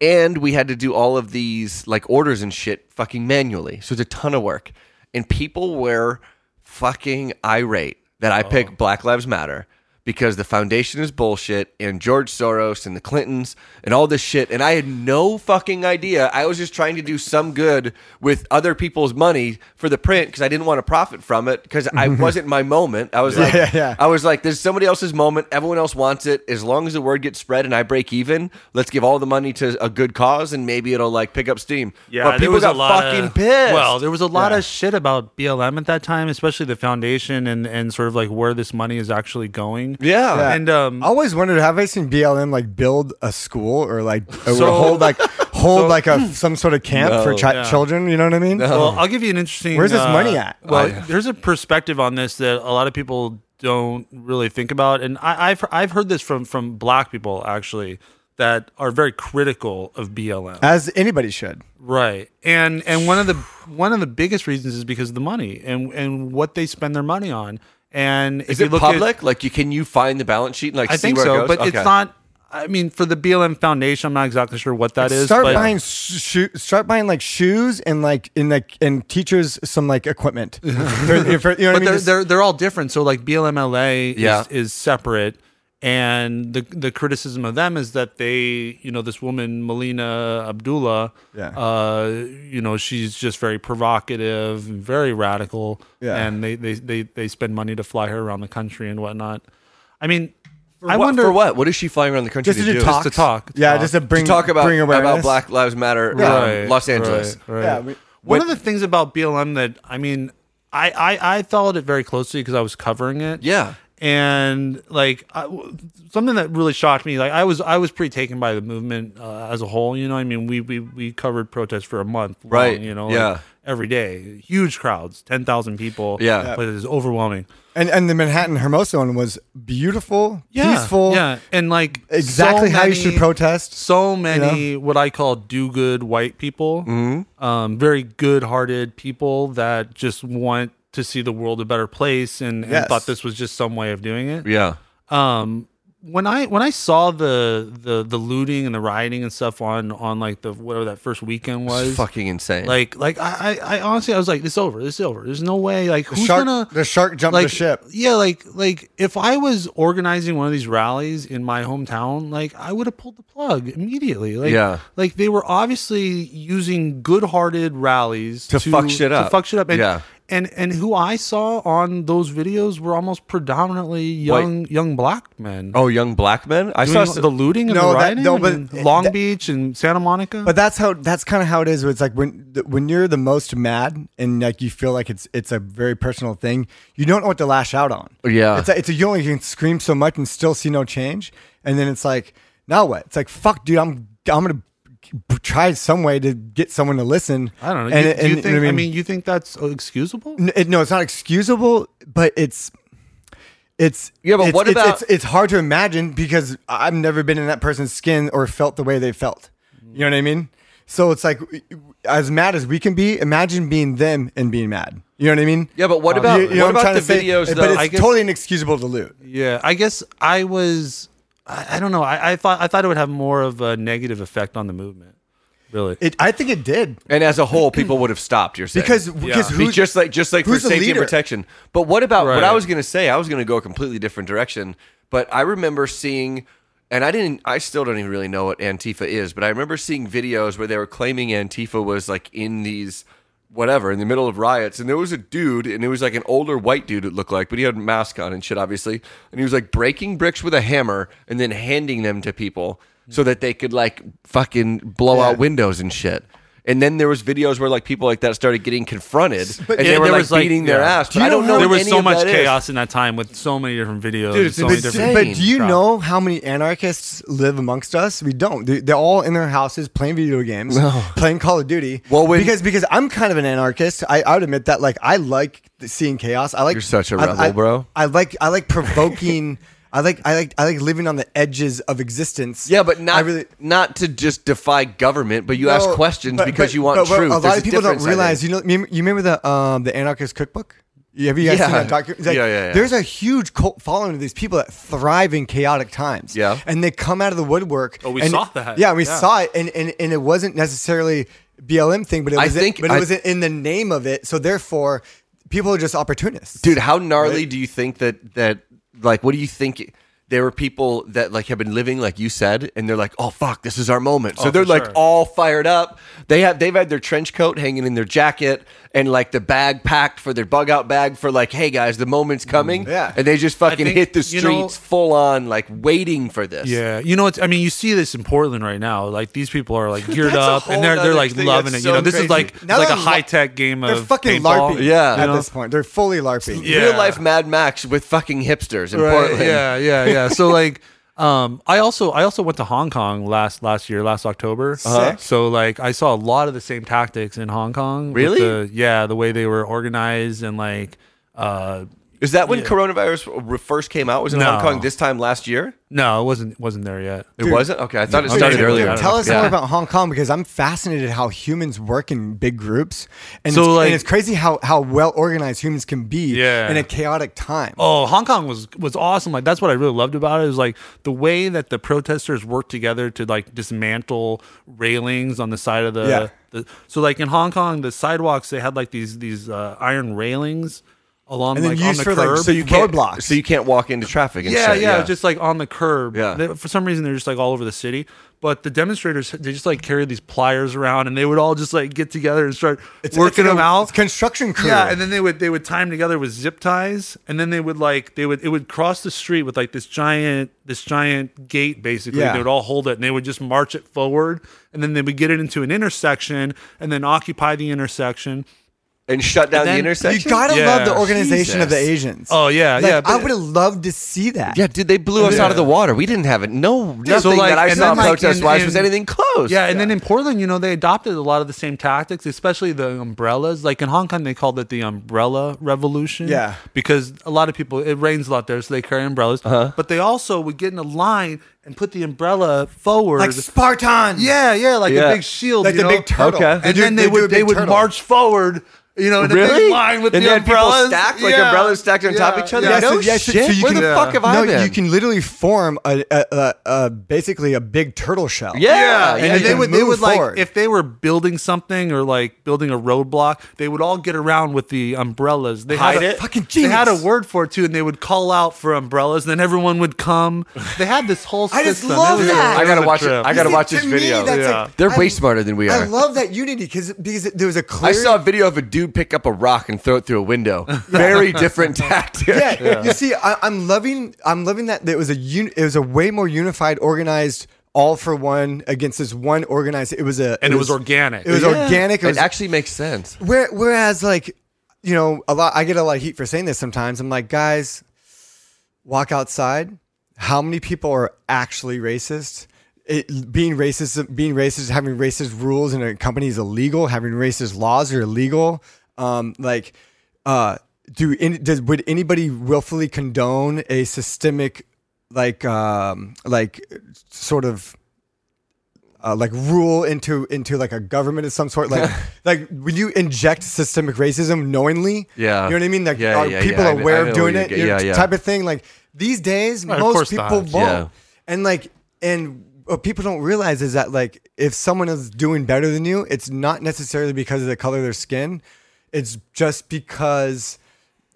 F: and we had to do all of these like orders and shit fucking manually. So it's a ton of work. And people were fucking irate that I
E: Oh.
F: picked Black Lives Matter because the foundation is bullshit and George Soros and the Clintons and all this shit. And I had no fucking idea. I was just trying to do some good with other people's money for the print because I didn't want to profit from it because I wasn't my moment. I was like,
E: yeah, yeah.
F: I was like, there's somebody else's moment. Everyone else wants it. As long as the word gets spread and I break even, let's give all the money to a good cause and maybe it'll like pick up steam.
G: Yeah,
F: but
G: there
F: people
G: was
F: got
G: a lot
F: fucking
G: of,
F: pissed.
G: Well, there was a lot of shit about BLM at that time, especially the foundation and and sort of like where this money is actually going.
F: yeah.
E: Yeah.
G: and um,
E: I always wondered have I seen BLM like build a school or like or
G: So-
E: hold like hold
G: so-
E: like a some sort of camp for
F: No.
E: chi- children? You know what I mean?
F: Oh.
G: Well, I'll give you an interesting.
E: Where's this
G: uh,
E: money at?
G: Well, there's a perspective on this that a lot of people don't really think about, and I, I've I've heard this from from black people actually that are very critical of BLM.
E: As anybody should.
G: Right. And and one of the one of the biggest reasons is because of the money and and what they spend their money on. And if
F: Is
G: you
F: it
G: look at-
F: public? like, you can you find the balance sheet and like
G: I
F: see
G: think
F: where it
G: so,
F: goes?
G: but it's
F: Okay.
G: not. I mean, for the BLM Foundation, I'm not exactly sure what that is.
E: start
G: but
E: buying sho- start buying like shoes and like in like and teachers some like equipment. For- for- you know what I
G: but
E: mean?
G: they're,
E: Just-
G: they're they're all different. So like BLM LA
F: Yeah.
G: is, is separate, and the the criticism of them is that they, you know, this woman Melina Abdullah,
E: Yeah.
G: uh, you know, she's just very provocative, and very radical,
E: Yeah.
G: and they, they they they spend money to fly her around the country and whatnot. I mean, I
F: I
G: wonder
F: wonder for what? What is she flying around the country
E: just
F: to
E: to
F: do?
E: do talks.
G: to talk, to
E: yeah,
G: talk.
E: just to bring
F: To talk about,
E: bring
F: about
E: awareness.
F: Black Lives Matter,
G: Right,
F: um, Los Angeles.
G: right, right.
E: Yeah, we-
G: One of the things about BLM that I mean, I I, I followed it very closely because I was covering it.
F: Yeah.
G: and like I, something that really shocked me like i was i was pretty taken by the movement uh, as a whole you know i mean we we, we covered protests for a month long,
F: Right,
G: you know
F: yeah.
G: like, every day huge crowds 10,000 people
F: Yeah. Yeah.
G: but it was overwhelming
E: And and the Manhattan Hermosa one was beautiful, peaceful.
G: yeah and like
E: Exactly
G: so
E: how you
G: many-
E: should protest.
G: so many what I call do good white people,
E: Mm-hmm.
G: um, very good hearted people that just want to see the world a better place and, and
E: Yes.
G: thought this was just some way of doing it.
F: Yeah.
G: Um, when I when I saw the the the looting and the rioting and stuff on on like the whatever that first weekend was.
F: It's fucking insane.
G: like, like I, I, I honestly, I was like, "This is over. This is over. There's no way. Like, who's
E: shark,
G: gonna
E: the shark jumped
G: like
E: the ship.
G: Yeah, like like if I was organizing one of these rallies in my hometown, like I would have pulled the plug immediately. Like
F: Yeah.
G: like they were obviously using good-hearted rallies
F: To fuck shit
G: To
F: up.
G: fuck shit up. And,
F: Yeah.
G: And and who I saw on those videos were almost predominantly young young black men.
F: oh, young black men. I saw
G: Doing
F: s-
G: the looting and
E: No,
G: the
E: that-
G: rioting
E: no, but-
G: in Long
E: that-
G: Beach and Santa Monica.
E: But that's how that's kind of how it is. It's like when th- when you're the most mad and like you feel like it's it's a very personal thing. You don't know what to lash out on.
F: Yeah.
E: it's a, it's a, you only can scream so much and still see no change. And then it's like now what? It's like fuck, dude. I'm I'm gonna b- try some way to get someone to listen.
G: I don't know.
E: And,
G: you,
E: it-
G: do you
E: and-
G: think?
E: and
G: I mean, you think that's excusable?
E: N- it, no, it's not excusable, but it's it's
F: Yeah, but
E: it's-
F: what
E: it's-
F: about-
E: it's, it's hard to imagine because I've never been in that person's skin or felt the way they felt. You know what I mean? So it's like as mad as we can be, imagine being them and being mad. You know what I mean?
F: Yeah, but what about- what
E: I'm
F: about
E: trying
F: the
E: to say?
F: videos,
E: But
F: though?
E: it's
F: I
G: guess-
E: totally inexcusable to loot.
G: Yeah, I guess I was. I, I don't know. I, I thought I thought it would have more of a negative effect on the movement. Really,
E: It, I think it did
F: and as a whole, people would have stopped. You're saying
E: because because
F: Be
E: who
F: just like just like for
E: who's the
F: safety and
E: leader?
F: protection. But what about what I
G: Right.
F: was going to say? I was going to go a completely different direction. But I remember seeing, and I didn't. I still don't even really know what Antifa is. But I remember seeing videos where they were claiming Antifa was like in these whatever in the middle of riots and there was a dude and it was like an older white dude it looked like but he had a mask on and shit obviously and he was like breaking bricks with a hammer and then handing them to people so that they could like fucking blow out windows and shit and then there was videos where like people like that started getting confronted and
G: Yeah,
F: they were
G: there
F: like
G: was, like-
F: beating their
G: yeah.
F: ass.
E: Do
F: But I
E: you
F: don't
E: know
F: know.
E: how-
G: there
F: what
G: was
F: any
G: so
F: of
G: much
F: that is.
G: chaos in that time with so many different videos.
F: Dude,
G: and
F: it's
G: so many
E: But,
G: different.
E: but do you
G: crap.
E: know how many anarchists live amongst us? We don't. They- They're all in their houses playing video games, playing Call of Duty.
F: Well, when-
E: because because I'm kind of an anarchist. I, I would admit that. Like I like seeing chaos. I like
F: You're such a
E: I-
F: rebel,
E: I-
F: bro.
E: I like I like provoking. I like I like I like living on the edges of existence.
F: Yeah, but
E: I
F: not
E: really.
F: not to just defy government, but you ask
E: No,
F: questions
E: but-
F: because
E: but-
F: you want
E: but what
F: truth.
E: A lot
F: There's
E: of people don't
F: difference, I
E: realize.
F: think.
E: You know, you you remember the um, the anarchist cookbook? You- Have you guys seen
F: Yeah.
E: that document?
F: Yeah, yeah, yeah.
E: There's a huge cult following of these people that thrive in chaotic times.
F: Yeah.
E: and they come out of the woodwork.
G: Oh, we
E: and-
G: saw that.
E: Yeah, we
G: Yeah.
E: saw it, and, and and it wasn't necessarily BLM thing, but it
F: I
E: was
F: think
E: but it
F: I-
E: was in the name of it. So therefore, people are just opportunists.
F: dude how gnarly do you think that that like what do you think there were people that like have been living like you said and they're like oh fuck this is our moment
E: Oh,
F: so they're like
G: sure.
F: all fired up they have they've had their trench coat hanging in their jacket and like the bag packed for their bug out bag for like hey guys the moment's coming
E: Mm, yeah.
F: and they just fucking
G: think,
F: hit the
G: you
F: streets
G: know-
F: full on like waiting for this
G: Yeah, you know, it's, I mean, you see this in Portland right now. Like these people are like geared
F: That's a
G: up and
F: whole
G: they're
F: nother
G: they're like
F: thing
G: loving it.
F: that's
G: you know,
F: so
G: this
F: crazy.
G: is like
E: Now
G: like
E: they're
G: a
E: la-
G: high tech game
E: they're
G: of
E: fucking
G: paintball.
E: larping.
F: Yeah.
E: at
F: You know?
E: this point, they're fully larping.
G: Yeah.
F: real life mad max with fucking hipsters in
G: Right,
F: portland
G: Yeah, yeah, yeah. So like um I also I also went to Hong Kong last last year, last October.
E: Uh-huh.
G: So like I saw a lot of the same tactics in Hong Kong. with
F: Really?
G: the- yeah, the way they were organized and like uh
F: is that when coronavirus re- first came out was in hong
G: No.
F: kong this time last year
G: no, it wasn't wasn't there yet.
F: it wasn't okay i thought it
G: Okay,
F: started
G: dude,
F: earlier
G: I don't
E: Tell
G: know.
E: us
F: Yeah.
E: more about Hong Kong because I'm fascinated how humans work in big groups, and,
G: So,
E: it's,
G: like-
E: and it's crazy how how well organized humans can be
G: Yeah.
E: in a chaotic time.
G: Oh, Hong Kong was was awesome. Like that's what I really loved about it. Is like the way that the protesters worked together to like dismantle railings on the side of the.
E: Yeah.
G: the so like in Hong Kong, the sidewalks they had like these these uh, iron railings along
E: And then
G: like on
E: used
G: the
E: for, like,
G: curb.
E: so you
F: can't-
E: roadblocks.
F: So you can't walk into traffic and
G: yeah,
F: shit,
G: yeah, just like on the curb.
F: Yeah.
G: They- for some reason, they're just like all over the city. But the demonstrators, they just like carried these pliers around, and they would all just like get together and start working
E: it's
G: them
E: a-
G: out.
E: it's a construction crew.
G: Yeah, and then they would they would tie 'em together with zip ties, and then they would like they would it would cross the street with like this giant this giant gate basically.
E: Yeah.
G: They would all hold it, and they would just march it forward, and then they would get it into an intersection, and then occupy the intersection.
F: and shut down
G: then-
F: the
G: You
E: You
F: intersection.
E: gotta
G: Yeah.
E: love the organization of the
F: Jesus.
E: Asians.
G: Oh, yeah,
E: Like,
G: yeah,
E: I
G: but-
E: would have loved to see that.
F: yeah, dude, they blew us out of the water. We didn't have it. No, nothing
G: like,
F: that I
G: and
F: saw
G: then, like,
F: protest wise
G: in-
F: was
G: in-
F: anything close.
G: Yeah, and then in Portland, you know, they adopted a lot of the same tactics, especially the umbrellas. Like in Hong Kong, they called it the umbrella revolution.
E: Yeah.
G: Because a lot of people, it rains a lot there, so they carry umbrellas.
F: Uh-huh.
G: But they also would get in a line and put the umbrella forward.
E: Like Spartan.
G: yeah, yeah, like
F: Yeah.
G: a big shield.
E: Like
G: you
E: the
G: know?
E: big turtle.
F: Okay.
G: And
E: They do-
G: then they,
E: they do a
G: would
E: big
G: they would
E: turtle.
G: march forward, you know, in a
F: Really?
G: big line with
F: and
G: the
F: then people
G: umbrellas.
F: stacked like
G: Yeah.
F: umbrellas stacked on top of
G: Yeah,
F: each other.
G: yeah.
F: No shit.
E: you
F: Where
E: can-
F: the fuck have I
E: no,
F: been?
E: You can literally form a, a, a, a basically a big turtle shell.
F: yeah,
G: and,
F: yeah,
E: you
G: they
E: can
G: would they
E: move
G: would
E: forward.
G: like if they were building something or like building a roadblock, they would all get around with the umbrellas. They
F: Hide
G: had a,
F: it?
E: Fucking
G: They had a
E: genius.
G: word for it too, and they would call out for umbrellas, and then everyone would come. They had this whole.
E: I just
G: system.
E: love
G: It was a-
E: that.
F: I gotta
G: was a
F: watch it.
G: trip.
F: I gotta
E: See,
F: watch this
E: to me,
F: video.
E: that's
G: Yeah.
E: like-
F: They're
E: I-
F: way smarter than we
E: I
F: are.
E: love that unity because because there was a clear.
F: I saw a video of a dude pick up a rock and throw it through a window. Very different tactic.
E: yeah, you see, I, I'm loving, I'm loving that there was a un, it was a way more unified, organized, all for one against this one organized. It was a,
G: And it was organic.
E: It was organic. It
F: It
E: was
F: actually makes sense.
E: Where, whereas, like, you know, a lot I get a lot of heat for saying this sometimes. I'm like, guys, walk outside. How many people are actually racist? It, being racist, being racist, having racist rules in a company is illegal. Having racist laws are illegal. Um, like, uh, do any, does, would anybody willfully condone a systemic, like, um, like, sort of uh, like rule into into like a government of some sort. Like like when you inject systemic racism knowingly,
F: Yeah.
E: you know what I mean. Like
F: Yeah,
E: are
F: yeah,
E: people
F: yeah. I kn-
E: aware
F: I
E: of
F: know
E: doing
F: you
E: it,
F: get-
E: you know,
F: yeah, yeah.
E: type of thing. Like these days,
G: Right, of
E: most
G: course
E: people won't.
G: not.
F: Yeah.
E: And like and what people don't realize is that like if someone is doing better than you, it's not necessarily because of the color of their skin. It's just because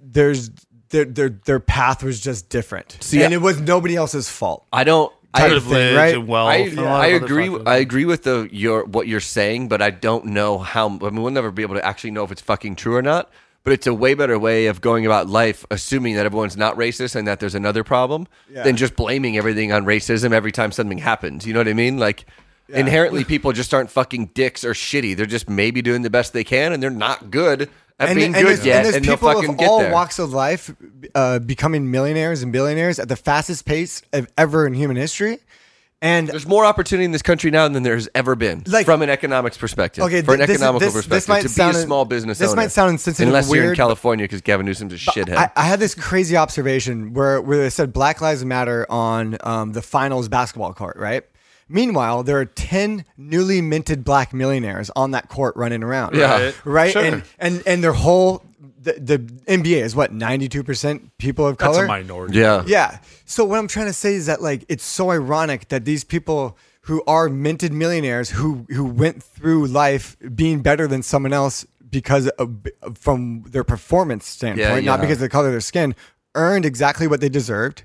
E: there's their their their path was just different,
F: See,
E: and
F: I-
E: it was nobody else's fault.
F: I don't. I,
E: Type
G: Privilege
E: thing, right?
G: and wealth.
F: I,
G: and a lot
F: I
G: of other
F: agree.
G: factors.
F: I agree with the your what you're saying, but I don't know how. I mean, we'll never be able to actually know if it's fucking true or not. But it's a way better way of going about life, assuming that everyone's not racist and that there's another problem, than just blaming everything on racism every time something happens. You know what I mean? Like inherently, people just aren't fucking dicks or shitty. They're just maybe doing the best they can, and they're not good at being good
E: there's-
F: yet, and,
E: there's
F: they'll
E: people
F: fucking
E: of
F: get
E: all
F: there.
E: walks of life uh, becoming millionaires and billionaires at the fastest pace of ever in human history. And
F: There's more opportunity in this country now than there's ever been,
E: Like-
F: from an economics perspective.
E: Okay,
F: for an
E: th- this-
F: economical
E: this- this
F: perspective,
E: might
F: to
E: sound
F: be
E: in-
F: a small business.
E: this
F: owner,
E: might sound insensitive,
F: unless you're in
E: weird,
F: California because Gavin Newsom's a shithead.
E: I, I had this crazy observation where where they said Black Lives Matter on um, the finals basketball court, right? Meanwhile, there are ten newly minted black millionaires on that court running around.
F: Yeah.
E: right.
F: Right.
G: Sure.
E: And and and their whole the, the NBA is what ninety two percent people of
G: That's
E: color.
G: a minority.
F: yeah,
E: Yeah. So what I'm trying to say is that like it's so ironic that these people who are minted millionaires who who went through life being better than someone else because of, from their performance standpoint, not
F: yeah.
E: because of the color of their skin, earned exactly what they deserved.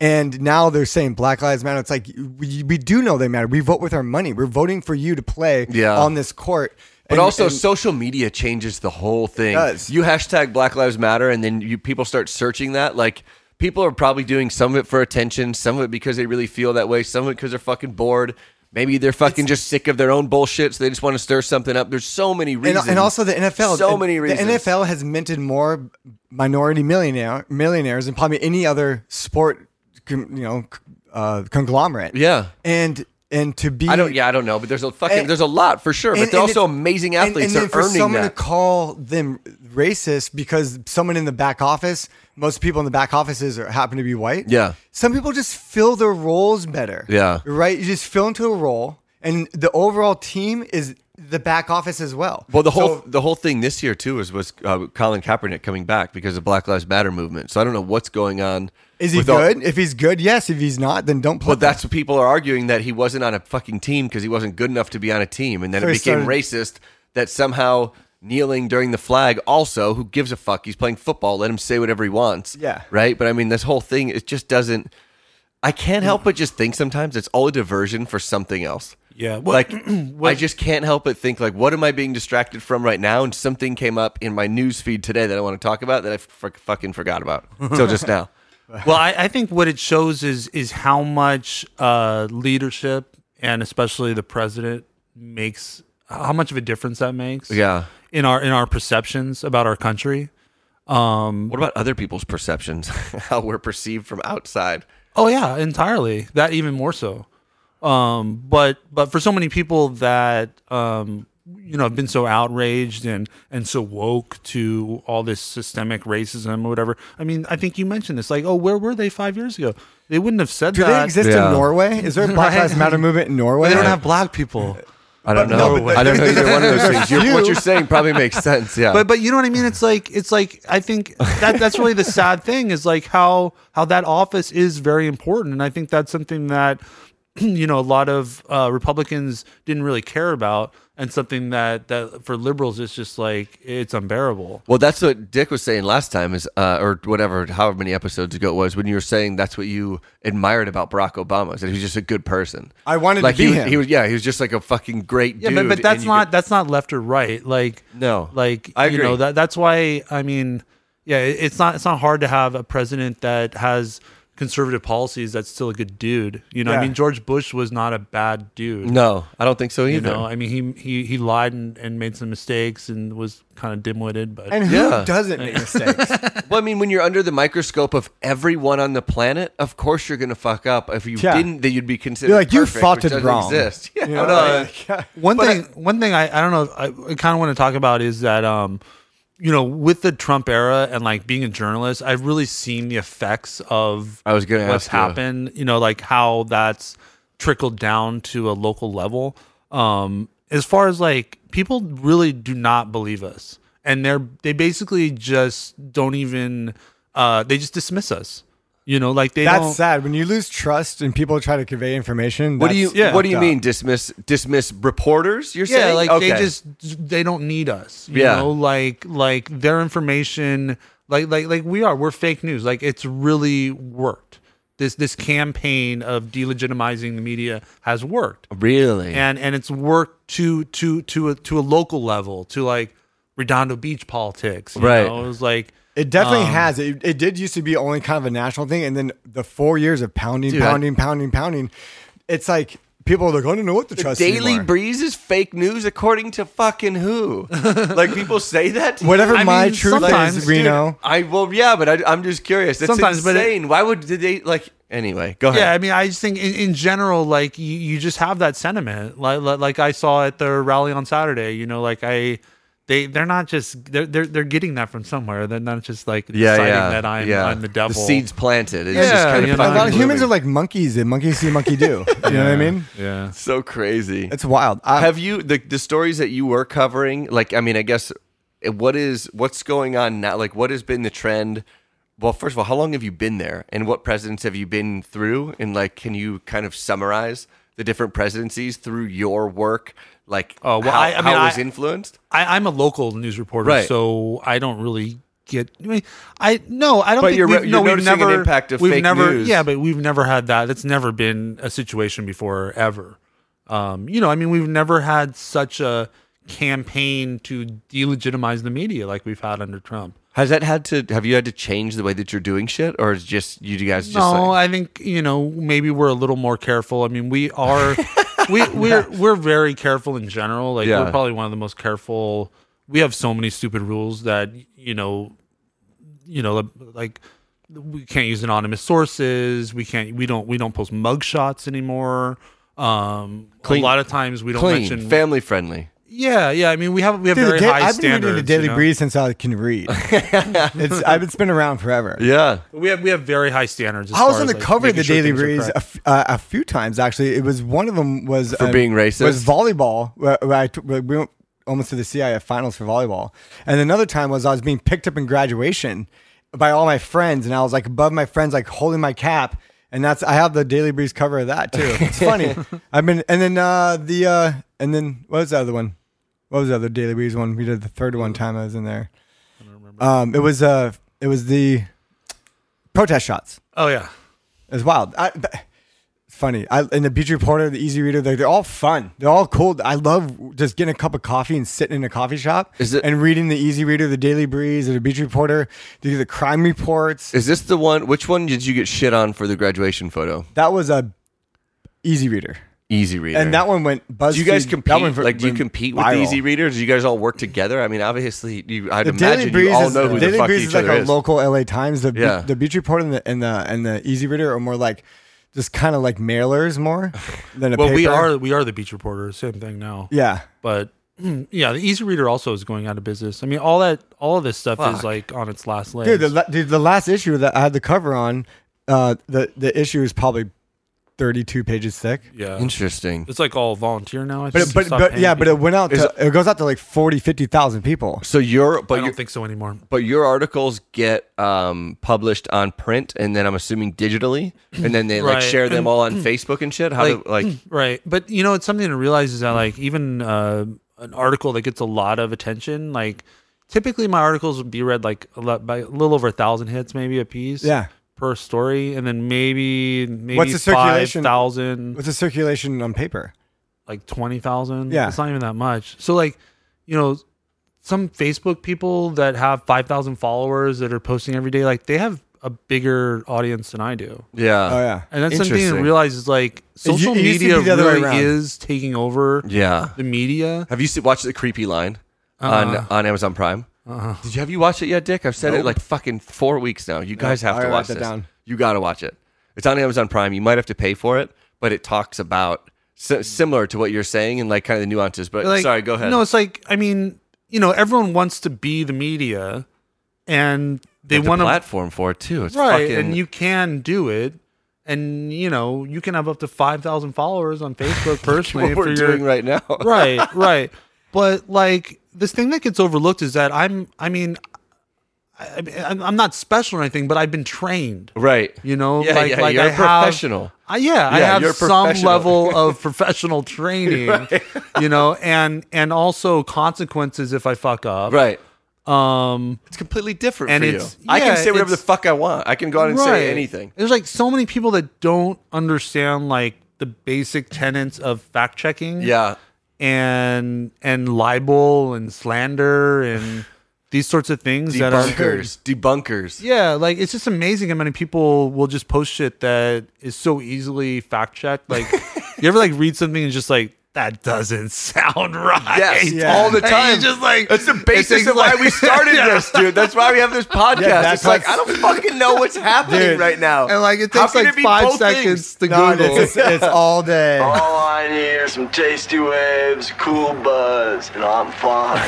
E: And now they're saying Black Lives Matter. It's like we, we do know they matter. We vote with our money. We're voting for you to play
F: Yeah.
E: on this court.
F: But
E: And-
F: also,
E: and-
F: social media changes the whole thing.
E: does.
F: You hashtag Black Lives Matter, and then you people start searching that. Like, people are probably doing some of it for attention, some of it because they really feel that way, some of it because they're fucking bored. Maybe they're fucking just sick of their own bullshit, so they just want to stir something up. There's so many
E: and,
F: reasons,
E: and also the NFL.
F: so
E: the-
F: many reasons.
E: The NFL has minted more minority millionaire millionaires than probably any other sport, con- you know, c- uh, conglomerate.
F: Yeah.
E: and and to be
F: I don't. Yeah, I don't know, but there's a fucking
E: And-
F: there's a lot for sure. But
E: and-
F: they're
E: and
F: also
E: it's-
F: amazing
E: and-
F: athletes.
E: And, then
F: they're
E: for
F: earning
E: someone
F: that.
E: to call them racist because someone in the back office, most people in the back offices are happen to be white.
F: Yeah.
E: Some people just fill their roles better.
F: Yeah.
E: Right? You just fill into a role and the overall team is the back office as well.
F: Well, the whole
E: So-
F: the whole thing this year too was was uh, Colin Kaepernick coming back because of Black Lives Matter movement. So I don't know what's going on.
E: Is he
F: with all-
E: good? if he's good, yes. If he's not, then don't play.
F: but that's what people are arguing that he wasn't on a fucking team because he wasn't good enough to be on a team, and then
E: So
F: it
E: he
F: became
E: started-
F: racist that somehow kneeling during the flag. Also, who gives a fuck? He's playing football. Let him say whatever he wants.
E: Yeah.
F: right. But I mean, this whole thing it just doesn't. I can't help but just think sometimes it's all a diversion for something else.
G: Yeah.
F: like I just can't help but think like what am I being distracted from right now and something came up in my news feed today that I want to talk about that I f- fucking forgot about till just now.
G: well, I, I think what it shows is is how much uh, leadership and especially the president makes how much of a difference that makes.
F: Yeah.
G: in our in our perceptions about our country.
F: What about other people's perceptions? How we're perceived from outside?
G: Oh yeah, entirely. That even more so. Um, but but for so many people that um, you know have been so outraged and and so woke to all this systemic racism or whatever. I mean, I think you mentioned this. Like, oh, where were they five years ago? They wouldn't have said
E: Do
G: that.
E: they exist
F: Yeah.
E: in Norway? Is there a Black
G: Right.
E: Lives Matter movement in Norway?
G: They don't have black people.
F: I don't
E: But no,
F: know.
E: but
F: I don't know either one of those things. You're, what
E: few.
F: you're saying probably makes sense. Yeah.
G: but but you know what I mean. It's like it's like I think that that's really the sad thing is like how how that office is very important, and I think that's something that you know a lot of uh, Republicans didn't really care about, and something that that for liberals is just like it's unbearable.
F: Well, that's what Dick was saying last time, is uh, or whatever, however many episodes ago it was, when you were saying that's what you admired about Barack Obama, is that he was just a good person.
E: I wanted to
F: like
E: be
F: he, was-
E: him.
F: He was, yeah, he was just like a fucking great
G: Yeah,
F: dude.
G: but, but
F: and
G: that's
F: you
G: not
F: could-
G: that's not left or right. Like
F: No,
G: like
F: I
G: you know
F: agree.
G: that that's why I mean, yeah, it- it's not it's not hard to have a president that has conservative policies that's still a good dude. You know, I
E: Yeah.
G: mean George Bush was not a bad dude.
F: no, I don't think so either.
G: You know, I mean he he he lied and, and made some mistakes and was kind of dimwitted, but
E: And who
F: Yeah.
E: doesn't make mistakes?
F: well, I mean, when you're under the microscope of everyone on the planet, of course you're gonna fuck up. If you
E: Yeah.
F: didn't, then you'd be considered.
E: You're like, you
F: perfect,
E: thought
F: which
E: it
F: doesn't
E: wrong.
F: Exist. Yeah,
E: You know,
F: no,
E: like, yeah.
G: one thing one thing I, I don't know I, I kind of want to talk about is that um you know with the Trump era and like being a journalist I've really seen the effects of
F: I was gonna
G: what's
F: ask you.
G: happened you know like how that's trickled down to a local level um as far as like people really do not believe us and they're they basically just don't even uh they just dismiss us you know like they
E: That's
G: don't,
E: sad. When you lose trust and people try to convey information,
F: What do you
E: that's
G: yeah.
F: What do you
E: fucked
F: mean
E: up.
F: dismiss dismiss reporters? You're
G: yeah
F: saying
G: like
F: okay.
G: they just they don't need us you
F: Yeah.
G: know like like their information like like like we are we're fake news like it's really worked this this campaign of delegitimizing the media has worked
F: really
G: and and it's worked to to to a, to a local level to like redondo beach politics you
F: Right.
G: know? it was like
E: It definitely
F: Um,
E: has. It, it did used to be only kind of a national thing, and then the four years of pounding,
F: I-
E: pounding, pounding, pounding. It's like people are like, I don't know what to trust.
F: Daily
E: anymore.
F: Breeze is fake news according to fucking who? like people say that. to you?
E: Whatever
G: I
E: my
G: mean,
E: truth
G: sometimes,
E: is, Reno.
F: I well yeah, but I, I'm just curious. That's
G: Sometimes, but it-
F: insane. Why would did they like anyway? Go
G: Yeah, I
F: ahead.
G: mean, I just think in, in general, like you, you just have that sentiment. Like, like like I saw at the rally on Saturday, you know, like I they they're not just they're they're, they're getting that from somewhere. They're not just like deciding that I'm I'm the devil.
F: The seeds planted. It's
G: Yeah,
F: just kind
G: you
F: of
G: know,
E: A
F: fucking
E: lot of humans
F: blooming.
E: are like monkeys, and monkeys see, monkey do. You know what I mean?
G: Yeah.
F: so crazy.
E: It's wild. I,
F: Have you the the stories that you were covering? Like, I mean, I guess eh, what is what's going on now? Like, what has been the trend? Well, first of all, how long have you been there, and what presidents have you been through? And like, can you kind of summarize the different presidencies through your work? Like,
G: Oh, well,
F: how,
G: I- I mean,
F: how it was
G: I-
F: influenced?
G: I, I'm a local news reporter,
F: Right.
G: so I don't really get. I, mean, I no, I don't.
F: But
G: think
F: you're re-
G: we've, no,
F: you're
G: we've
F: noticing an
G: never
F: impact of
G: we've
F: fake
G: never,
F: news.
G: Yeah, but we've never had that. That's never been a situation before ever. Um, you know, I mean, we've never had such a campaign to delegitimize the media like we've had under Trump.
F: Has that had to have you had to change the way that you're doing shit, or is just you guys just
G: no,
F: like,
G: I think you know maybe we're a little more careful. I mean, we are we we're we're very careful in general. Like
F: Yeah.
G: we're probably one of the most careful. We have so many stupid rules that you know, you know, like we can't use anonymous sources. We can't. We don't. We don't post mugshots anymore. Um,
F: Clean-
G: a lot of times we don't
F: clean,
G: mention.
F: family friendly?
G: yeah, yeah. I mean, we have we have
E: Dude,
G: very
E: da-
G: high
E: I've been
G: standards.
E: reading the Daily
G: you know?
E: Breeze since I can read. it's I've it's been around forever.
F: Yeah,
G: We have we have very high standards. as
E: I was
G: far
E: on
G: as,
E: the
G: like,
E: cover of
G: making
E: the
G: sure
E: Daily
G: things are
E: Breeze a,
G: correct.
E: f- uh, a few times actually. It was one of them was for
F: being racist?
E: was volleyball. Where, where I t- where we went almost to the CIF finals for volleyball, and another time was I was being picked up in graduation by all my friends, and I was like above my friends, like holding my cap. And that's I have the Daily Breeze cover of that too. It's funny. I've been and then uh, the uh, and then what was the other one? What was the other Daily Breeze one? We did the third one time I was in there. Um, it was uh, it was the protest shots.
G: Oh yeah.
E: It's wild. I, th- it's funny. I, and the Beach Reporter, the Easy Reader, they're, they're all fun. They're all cool. I love just getting a cup of coffee and sitting in a coffee shop
F: Is it-
E: and reading the Easy Reader, the Daily Breeze, or the Beach Reporter. They do the crime reports.
F: is this the one? Which one did you get shit on for the graduation photo?
E: That was a Easy Reader.
F: Easy Reader.
E: And that one went BuzzFeed.
F: Do you guys compete?
E: That one v-
F: like, do you
E: went
F: compete with the
E: viral.
F: Easy Readers? Do you guys all work together? I mean, obviously, you, I'd
E: The Daily
F: imagine
E: Breeze
F: you all
E: is,
F: know who the
E: Daily
F: fuck
E: Breeze
F: each
E: is like
F: other
E: a
F: is.
E: local LA Times. The Be-
F: Yeah.
E: the Beach Report and the and the and the Easy Reader are more like just kind of like mailers more than a
G: Well, we
E: paper.
G: are we are the beach reporter. Same thing now.
E: yeah.
G: But yeah, the Easy Reader also is going out of business. I mean, all that all of this stuff is like on its last legs.
E: Dude, the, la- dude, the last issue that I had the cover on, uh, the the issue is probably thirty two pages thick.
G: yeah,
F: Interesting.
G: it's like all volunteer now. I
E: But
G: just
E: but
G: stopped
E: but
G: paying
E: yeah, but
G: people.
E: it went out. To, it goes out to like 40, 50,000 people.
F: So your
G: I
F: but
G: don't
F: your,
G: think so anymore.
F: but your articles get um, published on print, and then I'm assuming digitally, and then they like
G: Right.
F: share them all on Facebook and shit. How do
G: Like-
F: like?
G: Right. But you know, it's something to realize is that like even uh, an article that gets a lot of attention, like typically my articles would be read like a lot by a little over a thousand hits, maybe a piece.
E: Yeah.
G: Per story, and then maybe maybe
E: What's the
G: five
E: circulation-
G: thousand,
E: What's the circulation on paper?
G: like twenty thousand.
E: Yeah.
G: it's not even that much. So like, you know, some Facebook people that have five thousand followers that are posting every day, like they have a bigger audience than I do.
F: Yeah.
E: Oh yeah.
G: And that's something to
F: Interesting.
G: realize is like
E: used
G: social
E: to be
G: media
E: the other way
G: really
E: around.
G: is taking over
F: Yeah.
G: the media.
F: Have you se- watched the creepy line on
G: Uh-huh.
F: on Amazon Prime? Did you have you watched it yet, Dick? I've said it like fucking four weeks now. You guys have
E: I
F: to
E: write
F: watch
E: that
F: this.
E: down.
F: You got to watch it. It's on Amazon Prime. You might have to pay for it, but it talks about si- similar to what you're saying and like kind of the nuances. But
G: Like,
F: sorry, go ahead.
G: No, it's like I mean, you know, everyone wants to be the media, and they
F: But the
G: want to
F: platform for it too. It's
G: right,
F: fucking
G: and you can do it, and you know, you can have up to five thousand followers on Facebook personally
F: what we're
G: for your
F: doing right now.
G: right, right. But like this thing that gets overlooked is that I'm, I mean, I, I- I'm not special or anything, but I've been trained.
F: Right.
G: You know,
F: Yeah,
G: like,
F: yeah,
G: like
F: you're
G: I
F: a
G: have-
F: professional.
G: I, yeah, I
F: Yeah, you're a
G: have some
F: professional.
G: level of professional training, you know, and and also consequences if I fuck up.
F: Right.
G: Um,
F: It's completely different
G: And
F: for
G: it's-
F: you. I
G: yeah,
F: can say whatever the
G: it's-
F: fuck I want. I can go out and say anything.
G: There's like so many people that don't understand like the basic tenets of fact checking.
F: Yeah.
G: and and libel and slander and these sorts of things that are
F: Debunkers. Debunkers.
G: yeah like it's just amazing how many people will just post shit that is so easily fact checked like you ever like read something and just like that doesn't sound right
F: Yes,
E: Yeah.
F: all the
G: And you
F: time.
G: just like
F: that's the basis
G: it's
F: of why
G: like-
F: we started
G: Yeah.
F: this, dude. That's why we have this podcast.
E: that's
F: it's like
E: what's-
F: I don't fucking know what's happening
E: Dude.
F: right now.
G: and like it
F: How
G: takes
F: can
G: like
F: be
G: five
F: both things?
G: seconds to
E: No,
G: google
E: it's, it's all day.
B: All I need are some tasty waves, cool buzz, and I'm fine.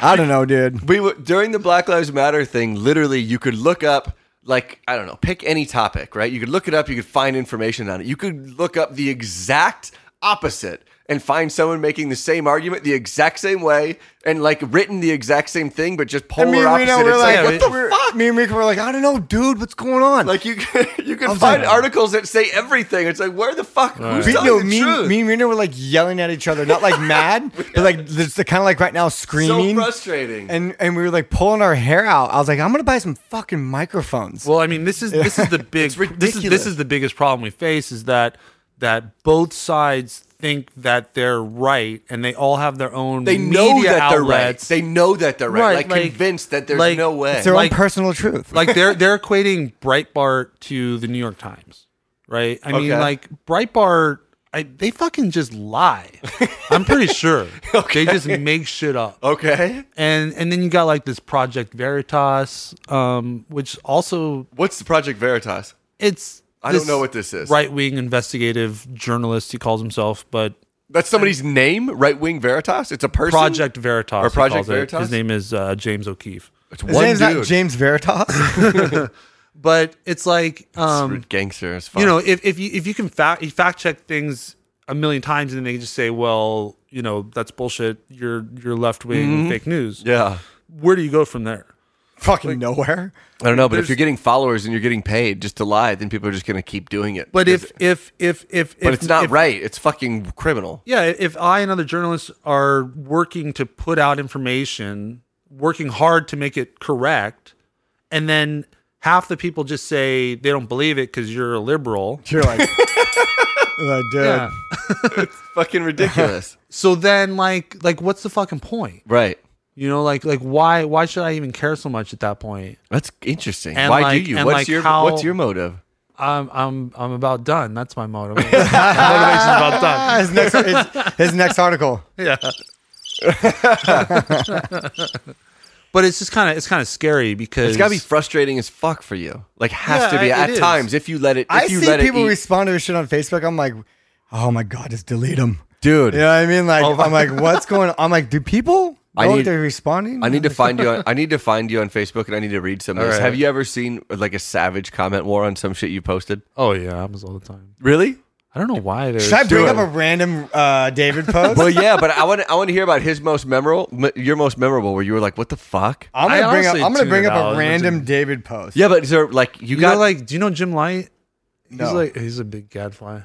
E: I don't know, dude.
F: We were, during the Black Lives Matter thing. Literally, you could look up like I don't know, pick any topic, right? You could look it up. You could find information on it. You could look up the exact opposite and find someone making the same argument the exact same way and like written the exact same thing, but just polar
E: And me and Reno
F: opposite. It's
E: were like,
F: like, what the
E: we're-
F: fuck?
E: Me and Rico were like, I don't know, dude, what's going on?
F: Like you, can- you can
E: I'm
F: find
E: sorry.
F: articles that say everything. It's like where the fuck? Who's
E: we,
F: telling
E: no,
F: the
E: me,
F: truth?
E: me and Reno were like yelling at each other, not like mad, but like just kind of like right now
F: so
E: screaming.
F: frustrating.
E: and and we were like pulling our hair out. I was like, I'm gonna buy some fucking microphones.
G: Well, I mean, this is this is the big this is this
F: ridiculous.
G: is the biggest problem we face is that that both sides think that they're right and they all have their own
F: they
G: media
F: know that they're right.
G: outlets.
F: They know that they're right.
G: Right,
F: like,
G: like-
F: convinced that there's
G: like-
F: no way.
E: it's their
G: like-
E: own personal truth.
G: like they're they're equating Breitbart to the New York Times, right? I mean,
F: Okay.
G: like Breitbart, I, they fucking just lie. I'm pretty sure they just make shit up.
F: okay,
G: And and then you got like this Project Veritas, um, which also
F: what's the Project Veritas?
G: it's
F: I don't know what this is.
G: Right wing investigative journalist, he calls himself, but
F: That's somebody's name, right wing Veritas. It's a person.
G: Project Veritas.
F: Or
G: he
F: Project
G: calls it.
F: Veritas?
G: His name is uh, James O'Keefe.
F: It's
E: His
F: one
E: name's
F: dude.
E: not James Veritas.
G: But it's like, um,
F: Gangster as fuck.
G: you know, if, if you if you can fact you fact check things a million times and then they just say, well, you know, that's bullshit. You're you're left wing fake news.
F: Mm-hmm. yeah.
G: Where do you go from there?
E: fucking nowhere.
F: I don't know, but if you're getting followers and you're getting paid just to lie, then people are just gonna keep doing it.
G: But if
F: Because-
G: if if if
F: but
G: if,
F: it's not
G: if-
F: right, it's fucking criminal.
G: Yeah, if I and other journalists are working to put out information, working hard to make it correct, and then half the people just say they don't believe it because you're a liberal.
E: You're like, like, dude.
F: Fucking ridiculous.
G: So then, like, like what's the fucking point?
F: right.
G: You know, like, like why why should I even care so much at that point?
F: That's interesting.
G: And
F: Why
G: like-
F: do you?
G: and
F: What's
G: like
F: your
G: how-
F: What's your motive?
G: I'm I'm I'm about done. That's my motto. my motivation's about done.
E: His next, his, his next article.
G: Yeah. but it's just kind of it's kind of scary because
F: It's gotta be frustrating as fuck for you. Like has
G: Yeah,
F: to be
G: it
F: at
G: is.
F: times if you let it. If
E: I
F: you
E: see
F: let
E: people
F: it eat-
E: respond to this shit on Facebook. I'm like, oh my god, just delete them,
F: dude. Oh
E: You know what I mean? Like, I'm like, what's going? on? I'm like, do people?
F: I
E: Know what
F: need-
E: they're responding.
F: I need to find you. On, I need to find you on Facebook, and I need to read some of this.
G: right.
F: Have you ever seen like a savage comment war on some shit you posted?
G: oh yeah, happens all the time.
F: Really?
G: I don't know why there's.
E: Should I bring
F: Do
E: up
F: it.
E: a random uh, David post?
F: Well, yeah, but I want I want to hear about his most memorable, m- your most memorable, where you were like, "What the fuck?"
E: I'm
G: I
E: gonna bring up.
G: honestly
E: I'm gonna
G: tuned
E: bring
G: it
E: up
G: out.
E: a
G: It
E: random
G: wasn't-
E: David post.
F: Yeah, but is there like you,
G: you
F: got
G: know, like, do you know Jim Light? He's
E: No.
G: like he's a big gadfly.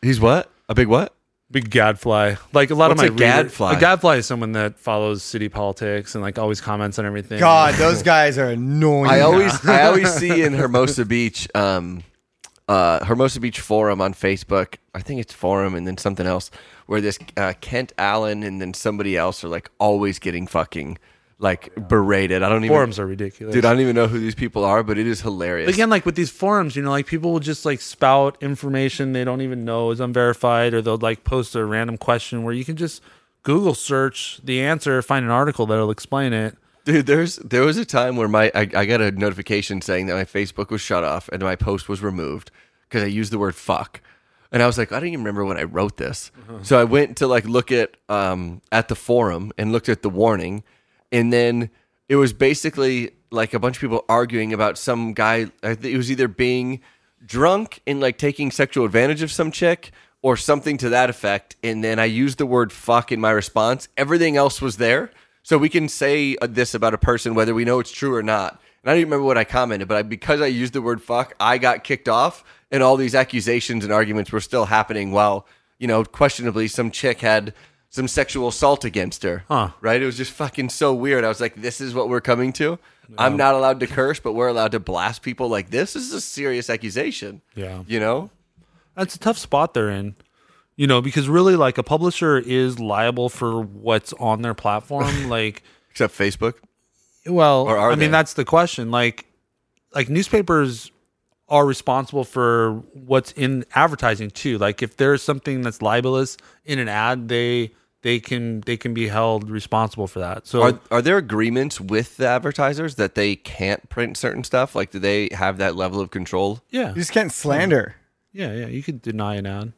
F: he's what a big what?
G: Big gadfly. Like a lot
F: What's
G: of
F: a
G: my reader-
F: gadfly?
G: A gadfly is someone that follows city politics and like always comments on everything.
E: God, those guys are annoying.
F: I always I always see in Hermosa Beach, um, uh, Hermosa Beach forum on Facebook. I think it's forum and then something else where this uh, Kent Allen and then somebody else are like always getting fucking like berated. I don't even
G: forums are ridiculous.
F: dude. I don't even know who these people are, but it is hilarious.
G: again like with these forums you know like people will just like spout information they don't even know is unverified or they'll like post a random question where you can just google search the answer find an article that'll explain it
F: Dude, there's there was a time where my I, I got a notification saying that my Facebook was shut off and my post was removed because I used the word fuck, and I was like, I don't even remember when I wrote this. So I went to like look at um at the forum and looked at the warning, and then it was basically like a bunch of people arguing about some guy. I think It was either being drunk and like taking sexual advantage of some chick or something to that effect. And then I used the word fuck in my response. Everything else was there. So we can say uh, this about a person, whether we know it's true or not. And I don't even remember what I commented, but I, because I used the word fuck, I got kicked off. And all these accusations and arguments were still happening while, you know, questionably some chick had some sexual assault against her.
G: Huh.
F: Right? It was just fucking so weird. I was like, this is what we're coming to. I'm not allowed to curse, but we're allowed to blast people like this. This is a serious accusation.
G: Yeah.
F: You know?
G: that's a tough spot they're in you know because really like a publisher is liable for what's on their platform like
F: Except Facebook.
G: Well,
F: Or are
G: I
F: they?
G: mean, that's the question. Like, like newspapers are responsible for what's in advertising too. Like, if there's something that's libelous in an ad, they they can they can be held responsible for that. So
F: Are are there agreements with the advertisers that they can't print certain stuff? Like, do they have that level of control?
G: yeah,
E: you just can't slander.
G: yeah, yeah. You could deny an ad.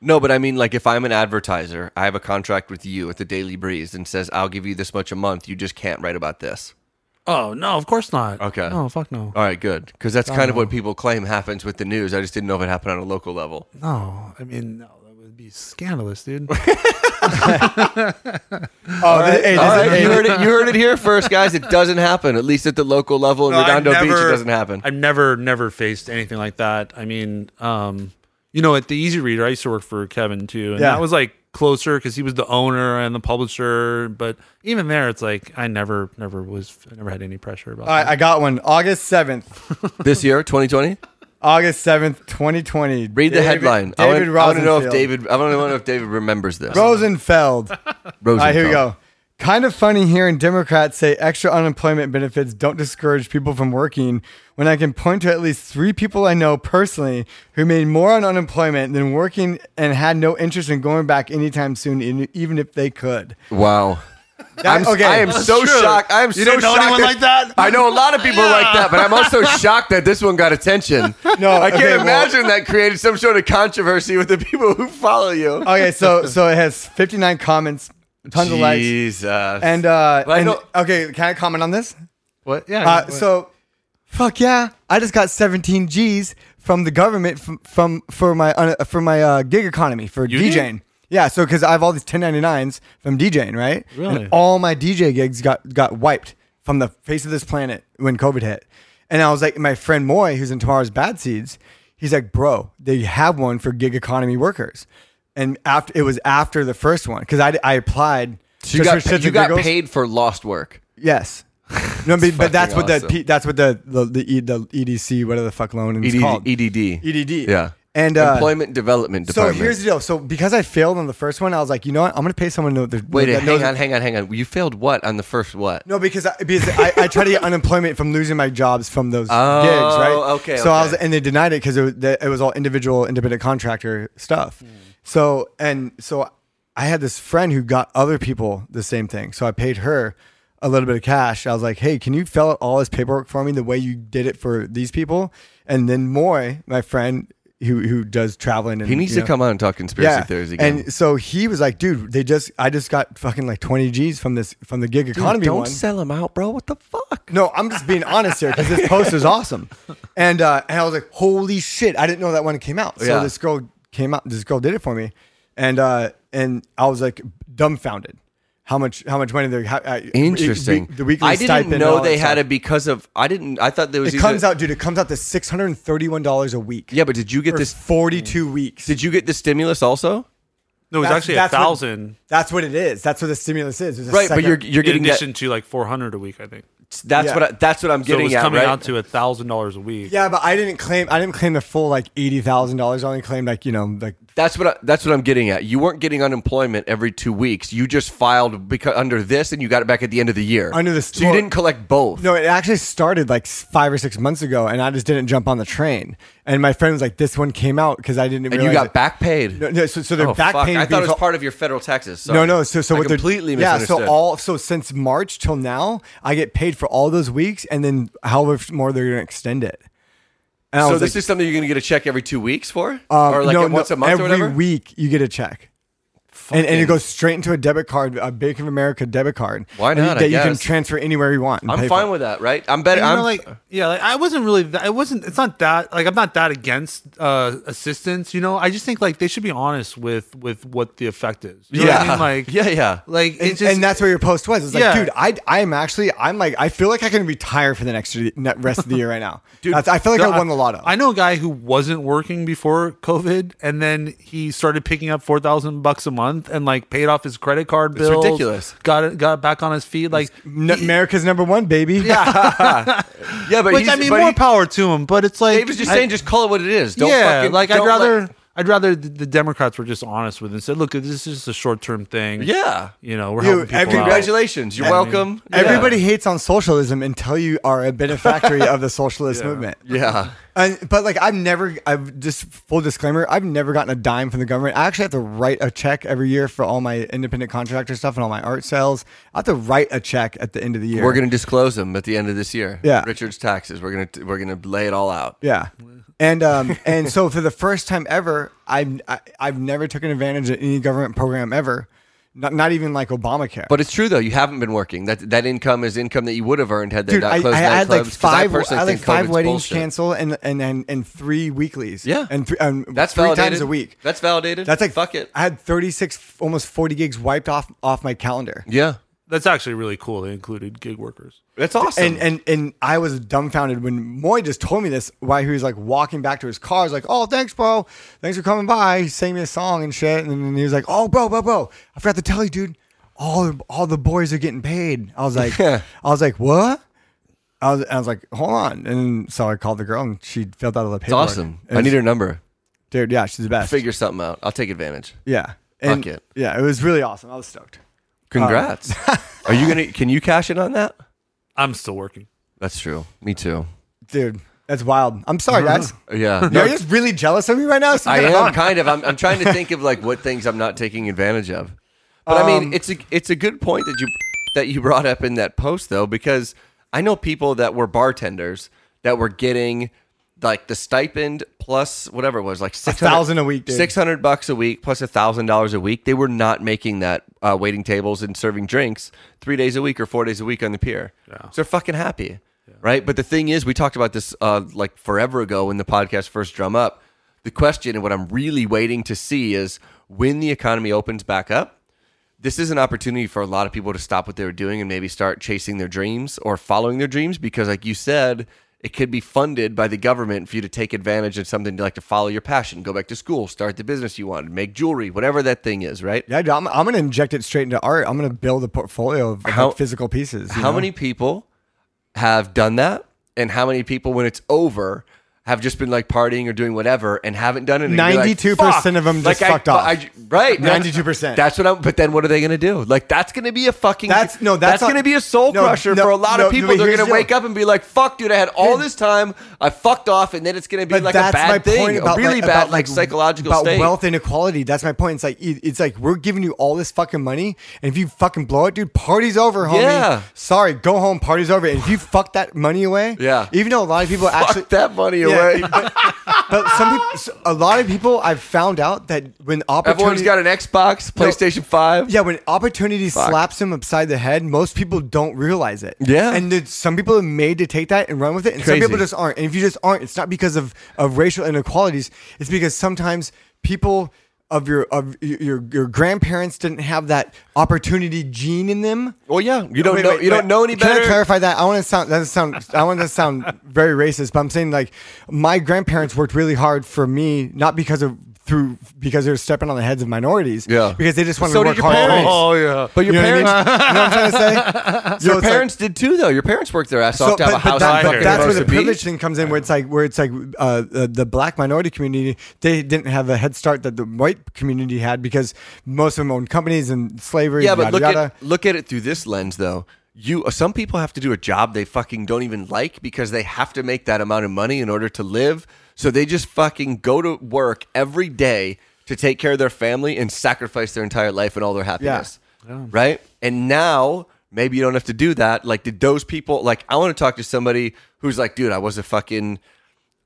F: No, but I mean, like, if I'm an advertiser, I have a contract with you at the Daily Breeze and says I'll give you this much a month. You just can't write about this.
G: Oh no, of course not.
F: Okay. Uh,
G: No, fuck no.
F: All right, good, because that's kind of what people claim happens with the news. I just didn't know if it happened on a local level.
G: No, I mean, no, that would be scandalous, dude.
E: Oh, th- hey, this
F: All
E: is-
F: right,
E: hey,
F: you heard it. You heard it here first, guys. It doesn't happen, at least at the local level in
G: No, I've
F: Redondo Beach. It
G: never-
F: doesn't happen.
G: I've never, never faced anything like that. I mean, um, you know, at the Easy Reader, I used to work for Kevin too, and
E: Yeah.
G: that was like closer because he was the owner and the publisher. But even there, it's like I never, never was, I never had any pressure about
E: All right,
G: that.
E: I got one. August seventh,
F: this year, 2020.
E: August seventh, twenty twenty.
F: Read the headline. I
E: David
F: want, I want to know if
E: Rosenfeld.
F: David. I want to know if David remembers this.
E: Rosenfeld. All
F: Rosenfeld.
E: right, Ah, here we go. Kind of funny hearing Democrats say extra unemployment benefits don't discourage people from working when I can point to at least three people I know personally who made more on unemployment than working and had no interest in going back anytime soon, e- even if they could.
F: Wow. I'm,
E: okay.
F: I am so shocked. I am so
G: didn't know
F: shocked
G: anyone like that?
F: I know a lot of people like that, but I'm also shocked that this one got attention.
E: No,
F: I can't
E: okay, well-
F: imagine that created some sort of controversy with the people who follow you.
E: Okay, so so it has 59 comments, Uh, tons of likes.
F: Jesus.
E: And uh,
F: But I
E: and-
F: know-
E: okay, can I comment on this?
G: What? Yeah.
E: Uh,
G: what-
E: so, fuck yeah, I just got 17 G's from the government from, from for my uh, for my uh, gig economy for
G: did?
E: DJing. Yeah, so because I have all these 1099s from DJing, right?
G: Really?
E: And all my DJ gigs got got wiped from the face of this planet when COVID hit. And I was like, my friend Moy, who's in tomorrow's Bad Seeds, he's like, bro, they have one for gig economy workers. And after it was after the first one because I, I applied.
F: So you got,
E: just for shits
F: you
E: and
F: got
E: giggles.
F: paid for lost work.
E: Yes. No, but, but that's
F: fucking
E: what the E
F: awesome.
E: P that's what the the the, E, the EDC whatever the fuck loan is
F: ED,
E: called.
F: EDD.
E: EDD.
F: Yeah.
E: And uh,
F: Employment Development
E: so
F: Department.
E: here's the deal. So because I failed on the first one, I was like, you know what? I'm gonna pay someone to, that
F: Wait,
E: that
F: hang
E: knows-
F: on, hang on, hang on. You failed what on the first what?
E: No, because I, because I, I tried to get unemployment from losing my jobs from those
F: Oh,
E: gigs, right?
F: okay,
E: So I was,
F: okay.
E: and they denied it because it, was- that- it was all individual, independent contractor
F: Hmm.
E: stuff. So and so, I had this friend who got other people the same thing. So I paid her a little bit of cash. I was like, "Hey, can you fill out all this paperwork for me the way you did it for these people?" And then Moy, my friend who who does traveling, and
F: He needs
E: you
F: to
E: know-
F: come on and talk conspiracy theories again.
E: and so he was like, "Dude, they just I just got fucking like 20 G's from this from the gig economy
F: don't
E: one."
F: sell him out, bro. What the fuck?
E: no, I'm just being honest here because this post is awesome, and uh, and I was like, "Holy shit!" I didn't know that one came out. So
F: Yeah.
E: this girl came out. This girl did it for me, and uh, and I was like dumbfounded how much how much money they how, uh,
F: Interesting.
E: the weekly
F: I didn't
E: stipend and all
F: know
E: that
F: they
E: stuff.
F: had it because of. I didn't. I thought there was.
E: It
F: either-
E: comes out, dude. It comes out to six hundred and thirty-one dollars a week.
F: Yeah, but did you get
E: for
F: this?
E: forty-two weeks.
F: Did you get the stimulus also?
G: No, it was
E: That's-
G: actually a
E: that's what-
G: thousand.
E: that's what it is. That's what the stimulus is. It's a
F: Right,
E: second-
F: but you're you're
G: in
F: getting that,
G: addition to like 400 a week, I think.
F: that's
E: yeah.
F: what I, that's what I'm
G: So it
F: getting
G: was
F: at.
G: coming
F: right?
G: out to a thousand dollars a week.
E: Yeah, but I didn't claim. I didn't claim the full like eighty thousand dollars. I only claimed like you know like
F: That's what I, that's what I'm getting at. You weren't getting unemployment every two weeks. You just filed because under this, and you got it back at the end of the year.
E: Under the-
F: so you didn't collect both.
E: no. It actually started like s- five or six months ago, and I just didn't jump on the train. And my friend was like, "This one came out because I didn't."
F: and you
E: realize
F: got
E: it.
F: back paid.
E: No, no, so, so they're
F: Oh,
E: back
F: fuck.
E: paying.
F: I thought it
E: people-
F: was part of your federal taxes.
E: No,
F: Sorry.
E: no. So, so
F: I
E: what they're
F: completely
E: yeah.
F: misunderstood.
E: So all so since March till now, I get paid for all those weeks, and then however much more they're gonna extend it. And I
F: So
E: was
F: this
E: like,
F: is something you're going to get a check every two weeks for,
E: um,
F: or like
E: no,
F: at
E: no,
F: once a month
E: every
F: or whatever.
E: week you get a check. And, and it
F: Fucking-
E: goes straight into a debit card, a Bank of America debit card.
F: Why
E: and you-
F: not, I
E: That you can
F: guess.
E: transfer anywhere you want. and pay
F: I'm
E: for
F: fine
E: it.
F: with that, right? I'm better.
G: You know,
F: I'm
G: like yeah, like I wasn't really. That, it wasn't. It's not that. Like I'm not that against uh assistance. You know, I just think like they should be honest with with what the effect is. You know what I
F: Yeah.
G: mean? like
F: Yeah, yeah.
G: Like
E: and,
G: it's just
E: and that's where your post was. It's like,
G: Yeah.
E: dude, I I am actually I'm like I feel like I can retire for the next year- ne- rest of the year right now. dude, I feel like
G: So
E: I won the lotto.
G: I know a guy who wasn't working before COVID, and then he started picking up four thousand bucks a month, and like paid off his credit card bill.
F: ridiculous.
G: Got it. Got back on his feet. Like,
E: N- America's number one, baby.
F: yeah, but
G: which
F: he's-
G: I mean,
F: but
G: more
F: he-
G: power to him. But it's like
F: Dave was just
G: I-
F: saying, just call it what it is. Don't
G: yeah,
F: fucking,
G: like I'd
F: don't let-
G: rather I'd rather the, the Democrats were just honest with it and said, look, this is just a short term thing.
F: yeah.
G: you know, we're
E: Dude,
G: helping people
E: every-
G: out.
F: Congratulations, you're welcome. Yeah.
E: Everybody hates on socialism until you are a benefactory of the socialist movement.
F: Yeah.
E: And, but like I've never, I've just full disclaimer, I've never gotten a dime from the government. I actually have to write a check every year for all my independent contractor stuff and all my art sales. I have to write a check at the end of the year.
F: We're gonna disclose them at the end of this year.
E: Yeah.
F: Richard's taxes. We're gonna we're gonna lay it all out.
E: Yeah. And um and so for the first time ever, I've I, I've never taken advantage of any government program ever, not not even like Obamacare.
F: But it's true though. You haven't been working. That that income is income that you would have earned had they
E: dude,
F: not
E: I, I
F: closed
E: had
F: nightclubs.
E: like
F: 'cause
E: five I
F: personally
E: had like
F: think
E: five
F: COVID's
E: weddings
F: bullshit.
E: cancel and and and and three weeklies.
F: Yeah.
E: and three, um,
F: That's
E: three
F: validated.
E: times a week.
F: That's validated.
E: That's like
F: fuck it.
E: I had thirty six, almost forty gigs wiped off off my calendar.
F: yeah.
G: That's actually really cool. They included gig workers.
F: That's awesome.
E: And and and I was dumbfounded when Moy just told me this. Why he was like walking back to his car, I was like, "Oh, thanks, bro. Thanks for coming by." He sang me a song and shit. And then he was like, "Oh, bro, bro, bro. I forgot to tell you, dude. All all the boys are getting paid." I was like, "I was like, what?" I was, I was like, "Hold on." And so I called the girl, and she filled out all the
F: it's
E: paperwork.
F: awesome.
E: It
F: I
E: was-
F: need her number.
E: dude. Yeah, she's the best.
F: Figure something out. I'll take advantage.
E: Yeah, and
F: Fuck it.
E: yeah, it was really awesome. I was stoked.
F: Congrats. Are you gonna? Can you cash in on that?
G: I'm still working.
F: That's true. Me too.
E: Dude, that's wild. I'm sorry, guys.
F: Yeah.
E: You're just really jealous of me right now. So
F: I
E: get it
F: am
E: on.
F: kind of. I'm, I'm trying to think of like what things I'm not taking advantage of. But I
E: Um,
F: mean, it's a it's a good point that you that you brought up in that post though, because I know people that were bartenders that were getting like the stipend plus whatever it was, like six
E: thousand a week, dude.
F: six hundred bucks a week plus a thousand dollars a week. They were not making that uh, waiting tables and serving drinks three days a week or four days a week on the pier. So they're fucking happy, right? But the thing is, we talked about this uh, like forever ago when the podcast first drum up. The question and what I'm really waiting to see is when the economy opens back up. This is an opportunity for a lot of people to stop what they were doing and maybe start chasing their dreams or following their dreams because, like you said, it could be funded by the government for you to take advantage of something to like to follow your passion, go back to school, start the business you want, make jewelry, whatever that thing is, right?
E: Yeah, dude, I'm, I'm gonna inject it straight into art. I'm gonna build a portfolio of, of,
F: How-
E: like, physical pieces. you
F: How
E: know?
F: many people have done that? And how many people, when it's over, have just been like partying or doing whatever and haven't done anything. Be like,
E: 92% of 'em
F: "Fuck."
E: just fucked
F: I,
E: off.
F: I- right, that's-
E: 92%.
F: That's what I'm. But then what are they gonna do? Like that's gonna be a fucking.
E: That's- no, that's not-
F: gonna be a soul
E: no,
F: crusher
E: no,
F: for a lot
E: no,
F: of people.
E: wait,
F: They're
E: here's
F: gonna
E: the
F: wake
E: deal.
F: up and be like, "Fuck, dude, I had all
E: Dude.
F: this time. I fucked off," and then it's gonna be like a
E: my
F: bad
E: point
F: thing, a
E: about,
F: really
E: like-
F: bad
E: about,
F: like psychological
E: about
F: state.
E: wealth inequality. That's my point. It's like it- it's like we're giving you all this fucking money, and if you fucking blow it, dude, party's over, homie.
F: Yeah.
E: Sorry, go home. Party's over. And if you fuck that money away,
F: Yeah.
E: Even though a lot of people
F: Fuck
E: actually
F: that money
E: Yeah,
F: away.
E: but, but some people, s- a lot of people, I've found out that when opportunity,
F: Everyone's got an Xbox,
E: No.
F: PlayStation Five.
E: Yeah, when opportunity
F: Fuck.
E: slaps them upside the head, most people don't realize it.
F: Yeah.
E: and it's- some people are made to take that and run with it, and
F: Crazy.
E: some people just aren't. And if you just aren't, it's not because of of racial inequalities. It's because sometimes people of your of y- your your grandparents didn't have that opportunity gene in them.
F: Well, yeah, you don't
E: Wait,
F: know.
E: wait,
F: you
E: wait.
F: don't know any better.
E: Can I clarify that? I want to sound that doesn't sound I want to sound very racist, but I'm saying like my grandparents worked really hard for me, not because of through because they're stepping on the heads of minorities.
F: Yeah.
E: because they just wanted
F: So
E: to
F: did
E: work
F: your
E: hard.
F: parents.
E: for me.
G: Oh yeah.
F: But your
E: You know what I mean?
F: parents,
E: You know what I'm trying to say? So
F: your
E: it's like-
F: parents did too, though. Your parents worked their ass
E: so-
F: off to have a
E: but- but
F: house.
E: that-
F: and
E: but
F: fucking
E: that's where
F: roast
E: the
F: beef.
E: privilege thing comes in, where it's like where it's like uh, the, the black minority community they didn't have a head start that the white community had because most of them owned companies and slavery.
F: Yeah,
E: yada,
F: but look
E: yada.
F: at look at it through this lens, though. You uh, some people have to do a job they fucking don't even like because they have to make that amount of money in order to live. So they just fucking go to work every day to take care of their family and sacrifice their entire life and all their happiness. Right? And now maybe you don't have to do that. Like, did those people like I want to talk to somebody who's like, dude, I was a fucking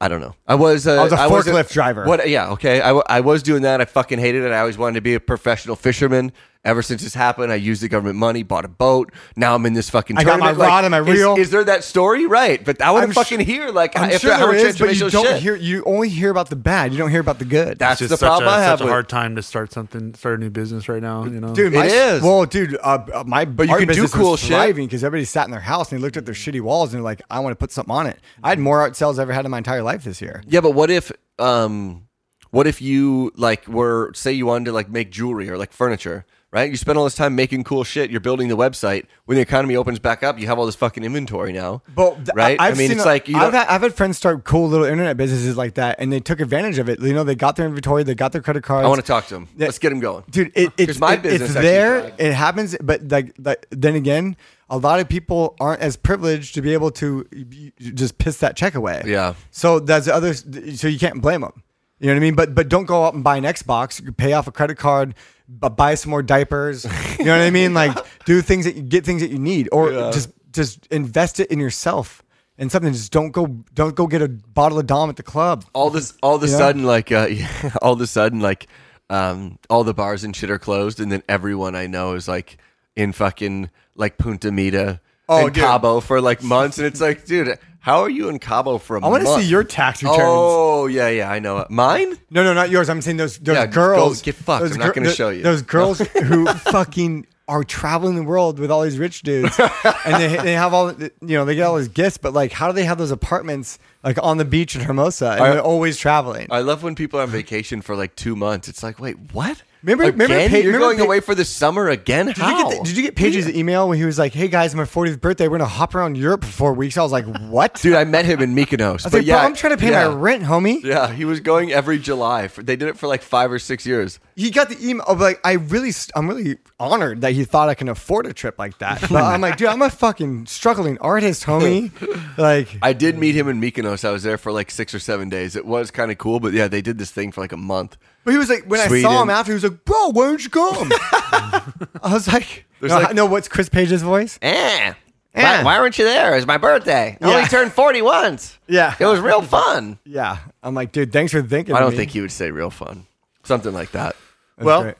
F: I don't know. I was a,
E: I was a
F: a-
E: forklift driver.
F: What? Yeah. Okay. I, w- I was doing that. I fucking hated it. I always wanted to be a professional fisherman. Ever since this happened, I used the government money, bought a boat. Now I'm in this fucking.
E: I got my
F: tournament. Like,
E: rod and my
F: is-
E: reel.
F: Is, there that story? Right. But I want
E: I'm
F: to
E: su-
F: fucking hear like
E: I'm
F: if
E: sure
F: how
E: there is, but you
F: transformational
E: don't
F: shit.
E: hear. You only hear about the bad. You don't hear about the good.
F: That's
G: It's
F: the
G: just such
F: problem
G: a,
F: I have
G: such a
F: with-
G: hard time to start something, start a new business right now. You know,
E: dude.
F: It
E: my,
F: is.
E: Well, dude, uh, uh, my but
F: you can do cool shit.
E: because everybody sat in their house and they looked at their shitty walls and they're like, I want to put something on it. I had more art sales I've ever had in my entire life this year.
F: Yeah, but what if um what if you like were say you wanted to like make jewelry or like furniture, right? You spend all this time making cool shit, you're building the website. When the economy opens back up, you have all this fucking inventory now.
E: But th-
F: right?
E: I,
F: I,
E: have
F: mean
E: seen
F: it's
E: a-
F: like you
E: I've
F: don't,
E: had, I've had friends start cool little internet businesses like that, and they took advantage of it. You know, they got their inventory, they got their credit cards.
F: I want to talk to him.
E: Yeah.
F: Let's get him going.
E: dude. It, it's
F: Here's my
E: it-
F: business
E: It's
F: actually
E: there.
F: thriving.
E: It happens, but like, like then again, a lot of people aren't as privileged to be able to y- y- just piss that check away.
F: Yeah.
E: So that's the other. So you can't blame them. You know what I mean? But but don't go out and buy an Xbox. You Pay off a credit card. bu- Buy some more diapers. You know what I mean? Like do things that you get things that you need, or just just invest it in yourself and something. Just don't go don't go get a bottle of Dom at the club.
F: all this all of a
E: Yeah.
F: sudden like uh all of a sudden like um all the bars and shit are closed and then everyone i know is like in fucking like punta mita
E: Oh,
F: and
E: dude.
F: cabo for like months and it's like dude how are you in cabo for a
E: I
F: month
E: want to see your tax returns.
F: oh yeah yeah i know it. mine
E: No, no, not yours. I'm saying those those
F: Yeah, go
E: girls
F: get fucked.
E: those
F: I'm not gonna
E: th-
F: show you.
E: Those girls who fucking are traveling the world with all these rich dudes, and they they have all the- you know they get all these gifts, but like how do they have those apartments like on the beach in Hermosa and they're always traveling?
F: I love when people are on vacation for like two months. It's like, wait, what?
E: Remember-
F: again?
E: remember Pa-
F: You're
E: remember
F: going
E: Pa-
F: away for the summer again?
E: did you, get the- did you get Paige's email when he was like, "Hey guys, my 40th birthday, we're gonna hop around Europe for four weeks"? I was like, "What?"
F: dude? I met him in Mykonos.
E: I was
F: but
E: like,
F: yeah,
E: "Bro, I'm trying to pay
F: yeah.
E: my rent, homie."
F: Yeah, he was going every July. For, they did it for like five or six years.
E: he got the email of like I really st- I'm really honored that he thought I can afford a trip like that. But I'm like, dude, I'm a fucking struggling artist, homie. Like
F: I did meet him in Mykonos. I was there for like six or seven days. It was kind of cool, but yeah, they did this thing for like a month.
E: but he was like when I saw
F: Sweden.
E: him after he was like, "Bro, why don't you come?" I was like,
F: There's
E: no,
F: like-
E: no, what's Chris Page's voice?
F: Eh.
E: Eh.
F: Why, why weren't you there? It was my birthday. I only
E: Yeah.
F: turned 40 once.
E: Yeah.
F: It was real fun.
E: Yeah. I'm like, dude, thanks for thinking.
F: I
E: of
F: don't
E: me."
F: think he would say real fun. Something like that.
E: That's
G: well,
E: great.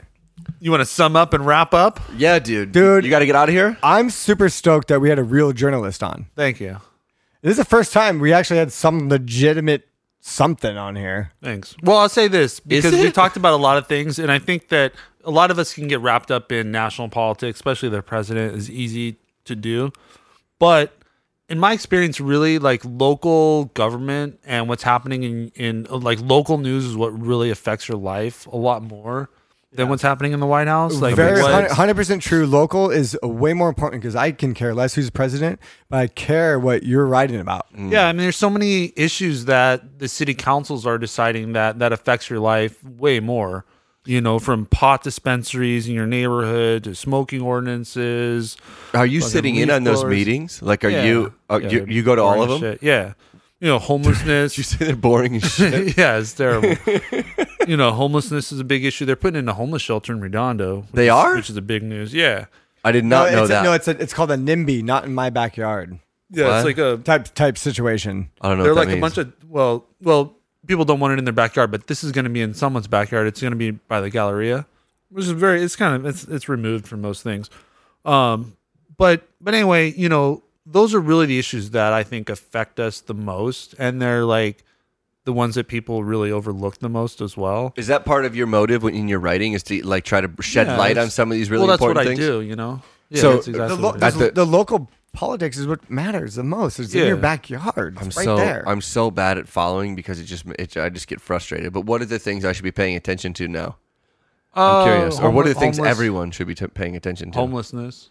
G: you want to sum up and wrap up?
F: Yeah, dude.
E: Dude.
F: You got to get out of here?
E: I'm super stoked that we had a real journalist on.
G: Thank you.
E: This is the first time we actually had some legitimate something on here.
G: Thanks. Well, I'll say this because
F: it?
G: we talked about a lot of things, and I think that a lot of us can get wrapped up in national politics, especially their president is easy to do. But in my experience, really, like local government and what's happening in, in like local news is what really affects your life a lot more. than what's happening in the White House. Like
E: Very
G: what-
E: hundred percent true. Local is way more important because I can care less who's president, but I care what you're writing about.
G: Yeah, I mean, there's so many issues that the city councils are deciding that that affects your life way more. You know, from pot dispensaries in your neighborhood to smoking ordinances.
F: Are you
G: Uh, Fucking
F: sitting in
G: leaf
F: on those
G: blowers.
F: meetings? Like, are
G: Yeah.
F: you, are,
G: Yeah,
F: you
G: they're
F: you go to all
G: boring
F: of them?
G: as shit. Yeah, you know, homelessness.
F: You say they're boring as shit.
G: yeah, it's terrible. you know, homelessness is a big issue. They're putting in a homeless shelter in Redondo. which
F: They
G: is-
F: are?
G: which is a big news. Yeah,
F: I did not know
E: it's,
F: that.
E: No, it's a, it's called a NIMBY, not in my backyard
G: yeah,
F: What?
G: it's like a
E: type type situation.
F: I don't know.
G: they're
F: what
G: like
F: that
G: a
F: means.
G: bunch of well, well, people don't want it in their backyard, but this is going to be in someone's backyard. It's going to be by the Galleria, which is very. It's kind of it's it's removed from most things. Um, but but anyway, you know, those are really the issues that I think affect us the most, and they're like the ones that people really overlook the most as well.
F: Is that part of your motive when in your writing is to like try to shed
G: Yeah,
F: light
G: it's-
F: on some of these really
G: well, that's
F: important
G: what
F: things?
G: I do, you know. Yeah,
F: So,
G: that's exactly
E: the, lo-
G: what I
E: the,
F: is. At the-
E: the local politics is what matters the most. It's in
G: Yeah.
E: your backyard.
F: I'm
E: It's right
F: so
E: there.
F: I'm so bad at following because it just it, I just get frustrated. But what are the things I should be paying attention to now? I'm
G: Oh,
F: curious. Or what are the things everyone should be t- paying attention to?
G: homelessness?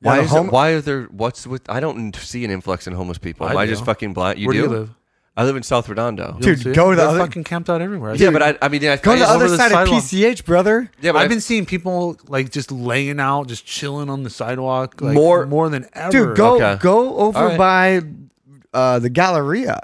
F: Why
E: Yeah,
F: is
E: home-
F: it, why are there what's with I don't see an influx in homeless people.
G: I
F: Am I
G: do.
F: just fucking blind? You
G: Where
F: do?
G: do you live?
F: I live in South Redondo.
E: Dude, go to the
G: They're
E: other-
G: fucking camped out everywhere.
F: yeah, but I, I mean, I,
E: Go
F: I
E: on the
F: just-
E: other
G: over the
E: side of
G: sidewalk.
E: PCH, brother.
F: Yeah, but
G: I've been seeing people like just laying out, just chilling on the sidewalk, like,
F: More-
G: more more than ever.
E: Dude, go
F: Okay.
E: go over
F: All
E: by uh, the Galleria.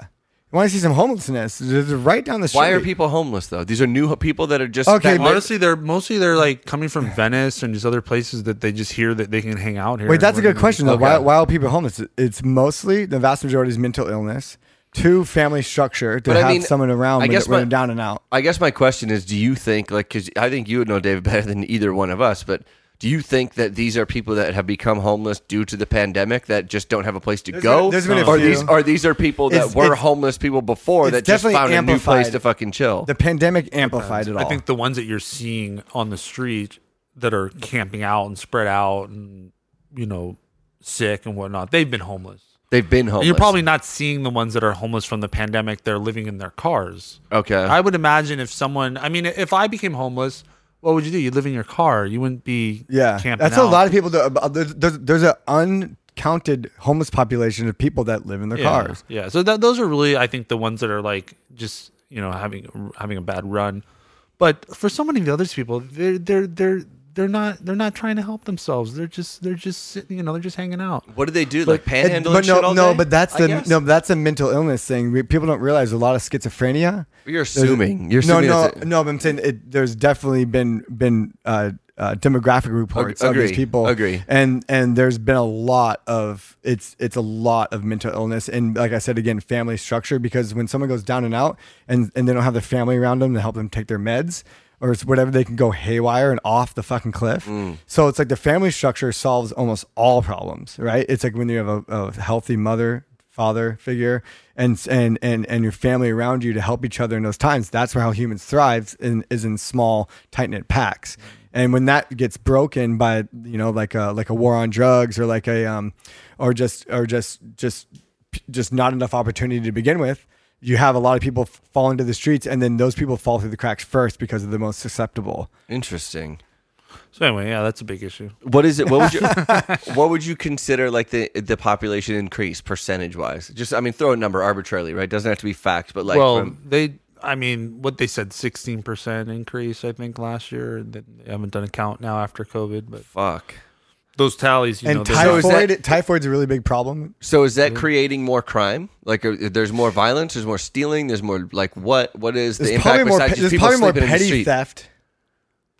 E: You want to see some homelessness? It's right down the street.
F: Why are people homeless though? These are new ho- people that are just
E: Okay,
F: that
E: but-
F: live-
G: Honestly, they're mostly they're like coming from Venice and these other places that they just hear that they can hang out here.
E: Wait, that's a
G: We're
E: good
G: gonna-
E: question. Though, why,
F: Okay.
E: why are people homeless? It's mostly the vast majority is mental illness. Two, family structure to
F: But I
E: have
F: mean,
E: someone around
F: I
E: when,
F: guess
E: when they're
F: my-
E: down and out.
F: I guess my question is, do you think like because I think you would know David better than either one of us, but do you think that these are people that have become homeless due to the pandemic that just don't have a place to go?
E: been- there's been a
F: or
E: few.
F: these are these are people that
E: It's-
F: were
E: it's-
F: homeless people before
E: it's
F: that just
E: definitely
F: found a new place
E: amplified.
F: to fucking chill.
E: The pandemic amplified it all.
G: I think the ones that you're seeing on the street that are camping out and spread out and you know sick and whatnot, they've been homeless.
F: They've been homeless.
G: You're probably not seeing the ones that are homeless from the pandemic. They're living in their cars.
F: okay.
G: I would imagine if someone, I mean, if I became homeless, what would you do? You'd live in your car. You wouldn't be
E: yeah,
G: camping
E: that's
G: out.
E: a lot of people. That, uh, there's, there's, there's an uncounted homeless population of people that live in their
G: yeah.
E: cars.
G: Yeah. So that, those are really, I think, the ones that are like just you know having having a bad run. But for so many of the other people, they're they're they're they're not they're not trying to help themselves. They're just they're just sitting, you know, they're just hanging out.
F: what do they do? Like
E: It-
F: panhandling
E: but no,
F: shit all
E: no,
F: day?
E: but that's
F: I
E: the
F: guess.
E: no, that's a mental illness thing. We, people don't realize a lot of schizophrenia.
F: You're
E: There's-
F: assuming. You're
E: no,
F: assuming
E: no,
F: that's it.
E: no. But I'm saying it, there's definitely been been uh, uh, demographic reports of
F: agree,
E: these people.
F: agree.
E: And and there's been a lot of it's it's a lot of mental illness and like I said again, family structure because when someone goes down and out and and they don't have the family around them to help them take their meds or it's whatever, they can go haywire and off the fucking cliff.
F: Mm.
E: So it's like the family structure solves almost all problems, right? It's like when you have a, a healthy mother father figure and and and and your family around you to help each other in those times that's where how humans thrives in, is in small tight-knit packs and when that gets broken by you know like a like a war on drugs or like a um or just or just just just not enough opportunity to begin with you have a lot of people f- fall into the streets and then those people fall through the cracks first because they're the most susceptible
F: Interesting.
G: So anyway, yeah, that's a big issue.
F: What is it? What would you what would you consider like the the population increase percentage wise? Just I mean, throw a number arbitrarily, right? Doesn't have to be facts, but like
G: well,
F: from,
G: they, I mean, what they said, sixteen percent increase, I think, last year. They haven't done a count now after COVID, but
F: fuck.
G: those tallies, you know,
E: and
G: they're not-
F: is that-
E: typhoid typhoid's a really big problem
F: So is that creating more crime? Like, are, there's more violence, there's more stealing, there's more like what? What is the
E: there's
F: impact
E: probably more
F: besides
E: pe-
F: just
E: there's
F: people
E: probably more
F: sleeping in the
E: petty
F: street?
E: theft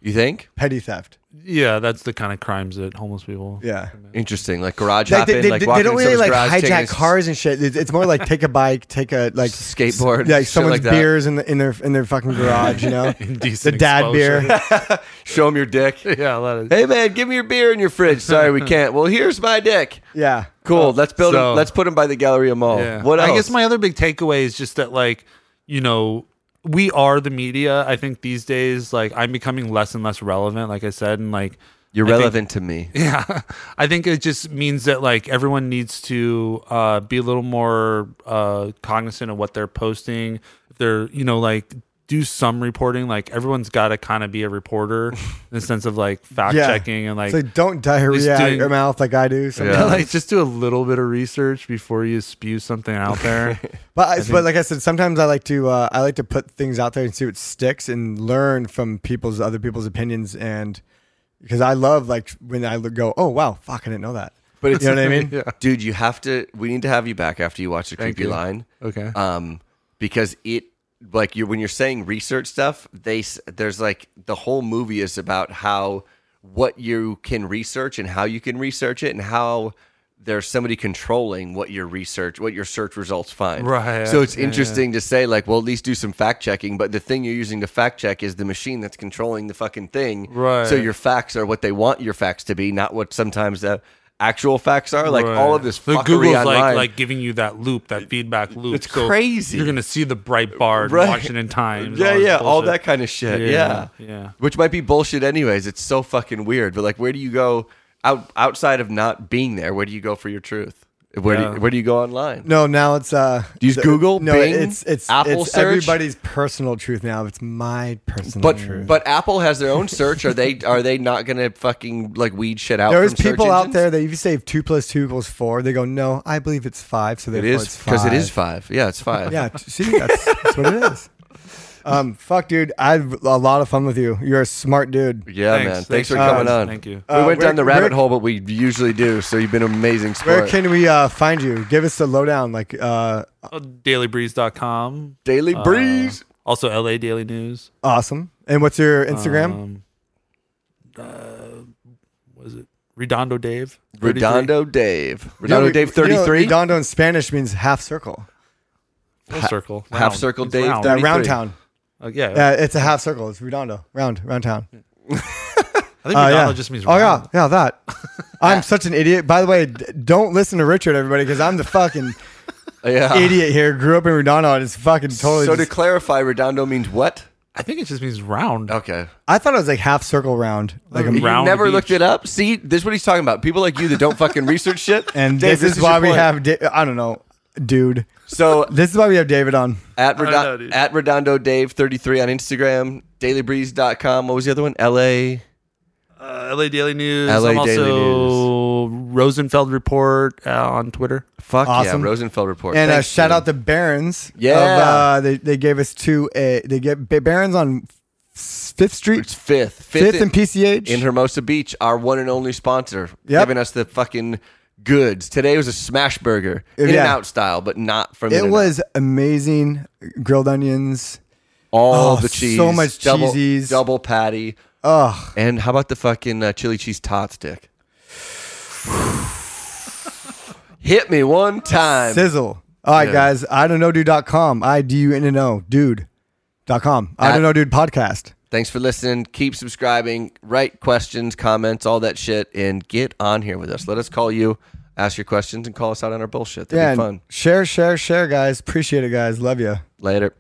F: You think?
E: petty theft
G: yeah, that's the kind of crimes that homeless people.
E: yeah
F: Interesting, like garage
E: Like,
F: hopping,
E: they, they,
F: like
E: they
F: walking
E: don't
F: in
E: really
F: someone's
E: like
F: garage, taking
E: hijack
F: his-
E: cars and shit. It's, it's more like take a bike, take a like
F: Skateboard,
E: s- yeah, like
F: shit
E: someone's
F: like that.
E: beers in the, in their in their fucking garage. You know, the
G: Indecent
E: dad
G: exposure.
E: beer.
F: Show them your dick.
G: Yeah, a lot of
F: hey man, give me your beer in your fridge. Sorry, we can't. Well, here's my dick.
E: Yeah,
F: Cool. let's build. 'em-
G: so-
F: let's put him by the Galleria Mall. What else?
G: I guess my other big takeaway is just that, like, you know, we are the media. I think these days, like, I'm becoming less and less relevant, like I said, and like,
F: You're
G: I think-
F: relevant to me.
G: yeah, I think it just means that like everyone needs to uh, be a little more uh, cognizant of what they're posting. If they're, you know, like do some reporting. Like everyone's got to kind of be a reporter in the sense of like fact
E: Yeah.
G: checking and like
E: It's like don't diarrhea out
G: doing-
E: your mouth like I do. Sometimes.
F: Yeah.
G: like just do a little bit of research before you spew something out there.
E: But, I but like I said, sometimes I like to uh, I like to put things out there and see what sticks and learn from people's other people's opinions and because I love like when I look- go, oh wow, fuck, I didn't know that. But you know what I mean?
F: dude, you have to. We need to have you back after you watch the creepy
G: you.
F: line.
G: Okay.
F: Um, because it like you when you're saying research stuff, they s- there's like the whole movie is about how what you can research and how you can research it and how there's somebody controlling what your research what your search results find
G: Right.
F: so it's
G: Yeah, yeah.
F: interesting to say like well at least do some fact checking but the thing you're using to fact check is the machine that's controlling the fucking thing
G: Right.
F: so your facts are what they want your facts to be not what sometimes the actual facts are like all of this
G: The
F: fuckery
G: Google's
F: online.
G: like like giving you that loop, that feedback loop.
F: it's crazy.
G: You're gonna see the Breitbart,
F: Right.
G: Washington Times.
F: yeah,
G: all this
F: yeah, all
G: bullshit.
F: that kind of shit.
G: Yeah,
F: Yeah,
G: yeah.
F: Which might be bullshit, anyways. It's so fucking weird. But like, where do you go out outside of not being there? Where do you go for your truth? Where do
G: Yeah.
F: you, where do you go online?
E: No, now it's uh,
F: Do you use Google,
E: No,
F: Bing,
E: it's it's
F: Apple
E: it's
F: search?
E: everybody's personal truth now. It's my personal
F: But
E: truth.
F: but Apple has their own search. Are they are they not gonna fucking like weed shit out?
E: there's
F: from search
E: people out
F: engines?
E: there that if you say two plus two equals four, they go, no, I believe it's five. So
F: It
E: therefore
F: is
E: it's
F: because
E: five.
F: it is five. Yeah, it's five.
E: Yeah, t- see, that's, that's what it is. Um, fuck, dude, I had a lot of fun with you. You're a smart dude.
F: Yeah,
G: Thanks.
F: man. Thanks,
G: Thanks,
F: for
G: guys.
F: coming on.
G: Thank you.
F: We
E: Uh,
F: went
E: where-
F: down the rabbit
E: where-
F: hole, but we usually do. So you've been an amazing sport.
E: Where can we uh, find you? Give us the lowdown. Like, uh,
G: Oh, Dailybreeze.com.
F: Daily Breeze.
G: Uh, also, LA Daily News.
E: awesome. And what's your Instagram?
G: Um, uh, was it Redondo Dave? 33.
F: Redondo Dave.
E: You know,
F: Redondo Dave
E: you know,
F: 33.
E: Redondo in Spanish means half circle.
G: Full circle.
F: half
G: round.
F: circle
G: It's
F: Dave.
G: round.
E: Uh,
F: 33.
E: round town.
G: Uh, yeah.
E: Uh, it's a half circle. It's Redondo. Round, round town.
G: I think
E: Uh,
G: Redondo
E: yeah.
G: just means
E: oh
G: round.
E: yeah, yeah that. I'm such an idiot. By the way, d- don't listen to Richard, everybody, because I'm the fucking
F: Yeah.
E: idiot here. Grew up in Redondo and it's fucking totally.
F: Uh. so
E: just-
F: to clarify, Redondo means what?
G: I think it just means round.
F: Okay.
E: I thought it was like half circle round, like a,
G: Like Round
F: you never
G: beach.
F: looked it up. See, this is what he's talking about. People like you that don't fucking research shit.
E: and
F: Dave,
E: this, is,
F: your
E: why we
F: point.
E: have. Da- I don't know, dude.
F: So
E: This is why we have David on.
F: at,
G: don't know,
F: Redondo,
G: dude.
F: at Redondo Dave 33 on Instagram, dailybreeze.com. What was the other one? LA.
G: Uh, LA Daily News.
F: LA
G: I'm
F: Daily
G: also Rosenfeld Report uh, on Twitter.
F: Fuck
E: Awesome.
F: yeah. Rosenfeld Report.
E: And uh,
F: Oh, Thanks,
E: shout
F: dude.
E: out the Barons.
F: Yeah.
E: uh, they they gave us two. Uh, they get Ba- Barons on Fifth Street,
F: It's fifth.
E: Fifth
F: in-
E: and PCH.
F: in Hermosa Beach, our one and only sponsor,
E: Yep.
F: giving us the fucking goods. Today was a smash burger,
E: Yeah.
F: in and out style, but not from
E: it
F: In-N-Out.
E: was amazing. Grilled onions.
F: all
E: oh,
F: the cheese,
E: so much
F: double,
E: cheesies.
F: double patty.
E: Ugh.
F: And how about the fucking uh, chili cheese tot stick? Hit me one time.
E: Sizzle. All right,
F: Yeah.
E: guys. I don't know dude.com. I D U N N O dude. Dot com. I
F: At-
E: don't know dude podcast.
F: Thanks for listening. Keep subscribing. Write questions, comments, all that shit, and get on here with us. Let us call you, ask your questions, and call us out on our bullshit. That'd
E: Yeah.
F: be
E: and
F: fun.
E: Share, share, share, guys. Appreciate it, guys. Love you.
F: Later.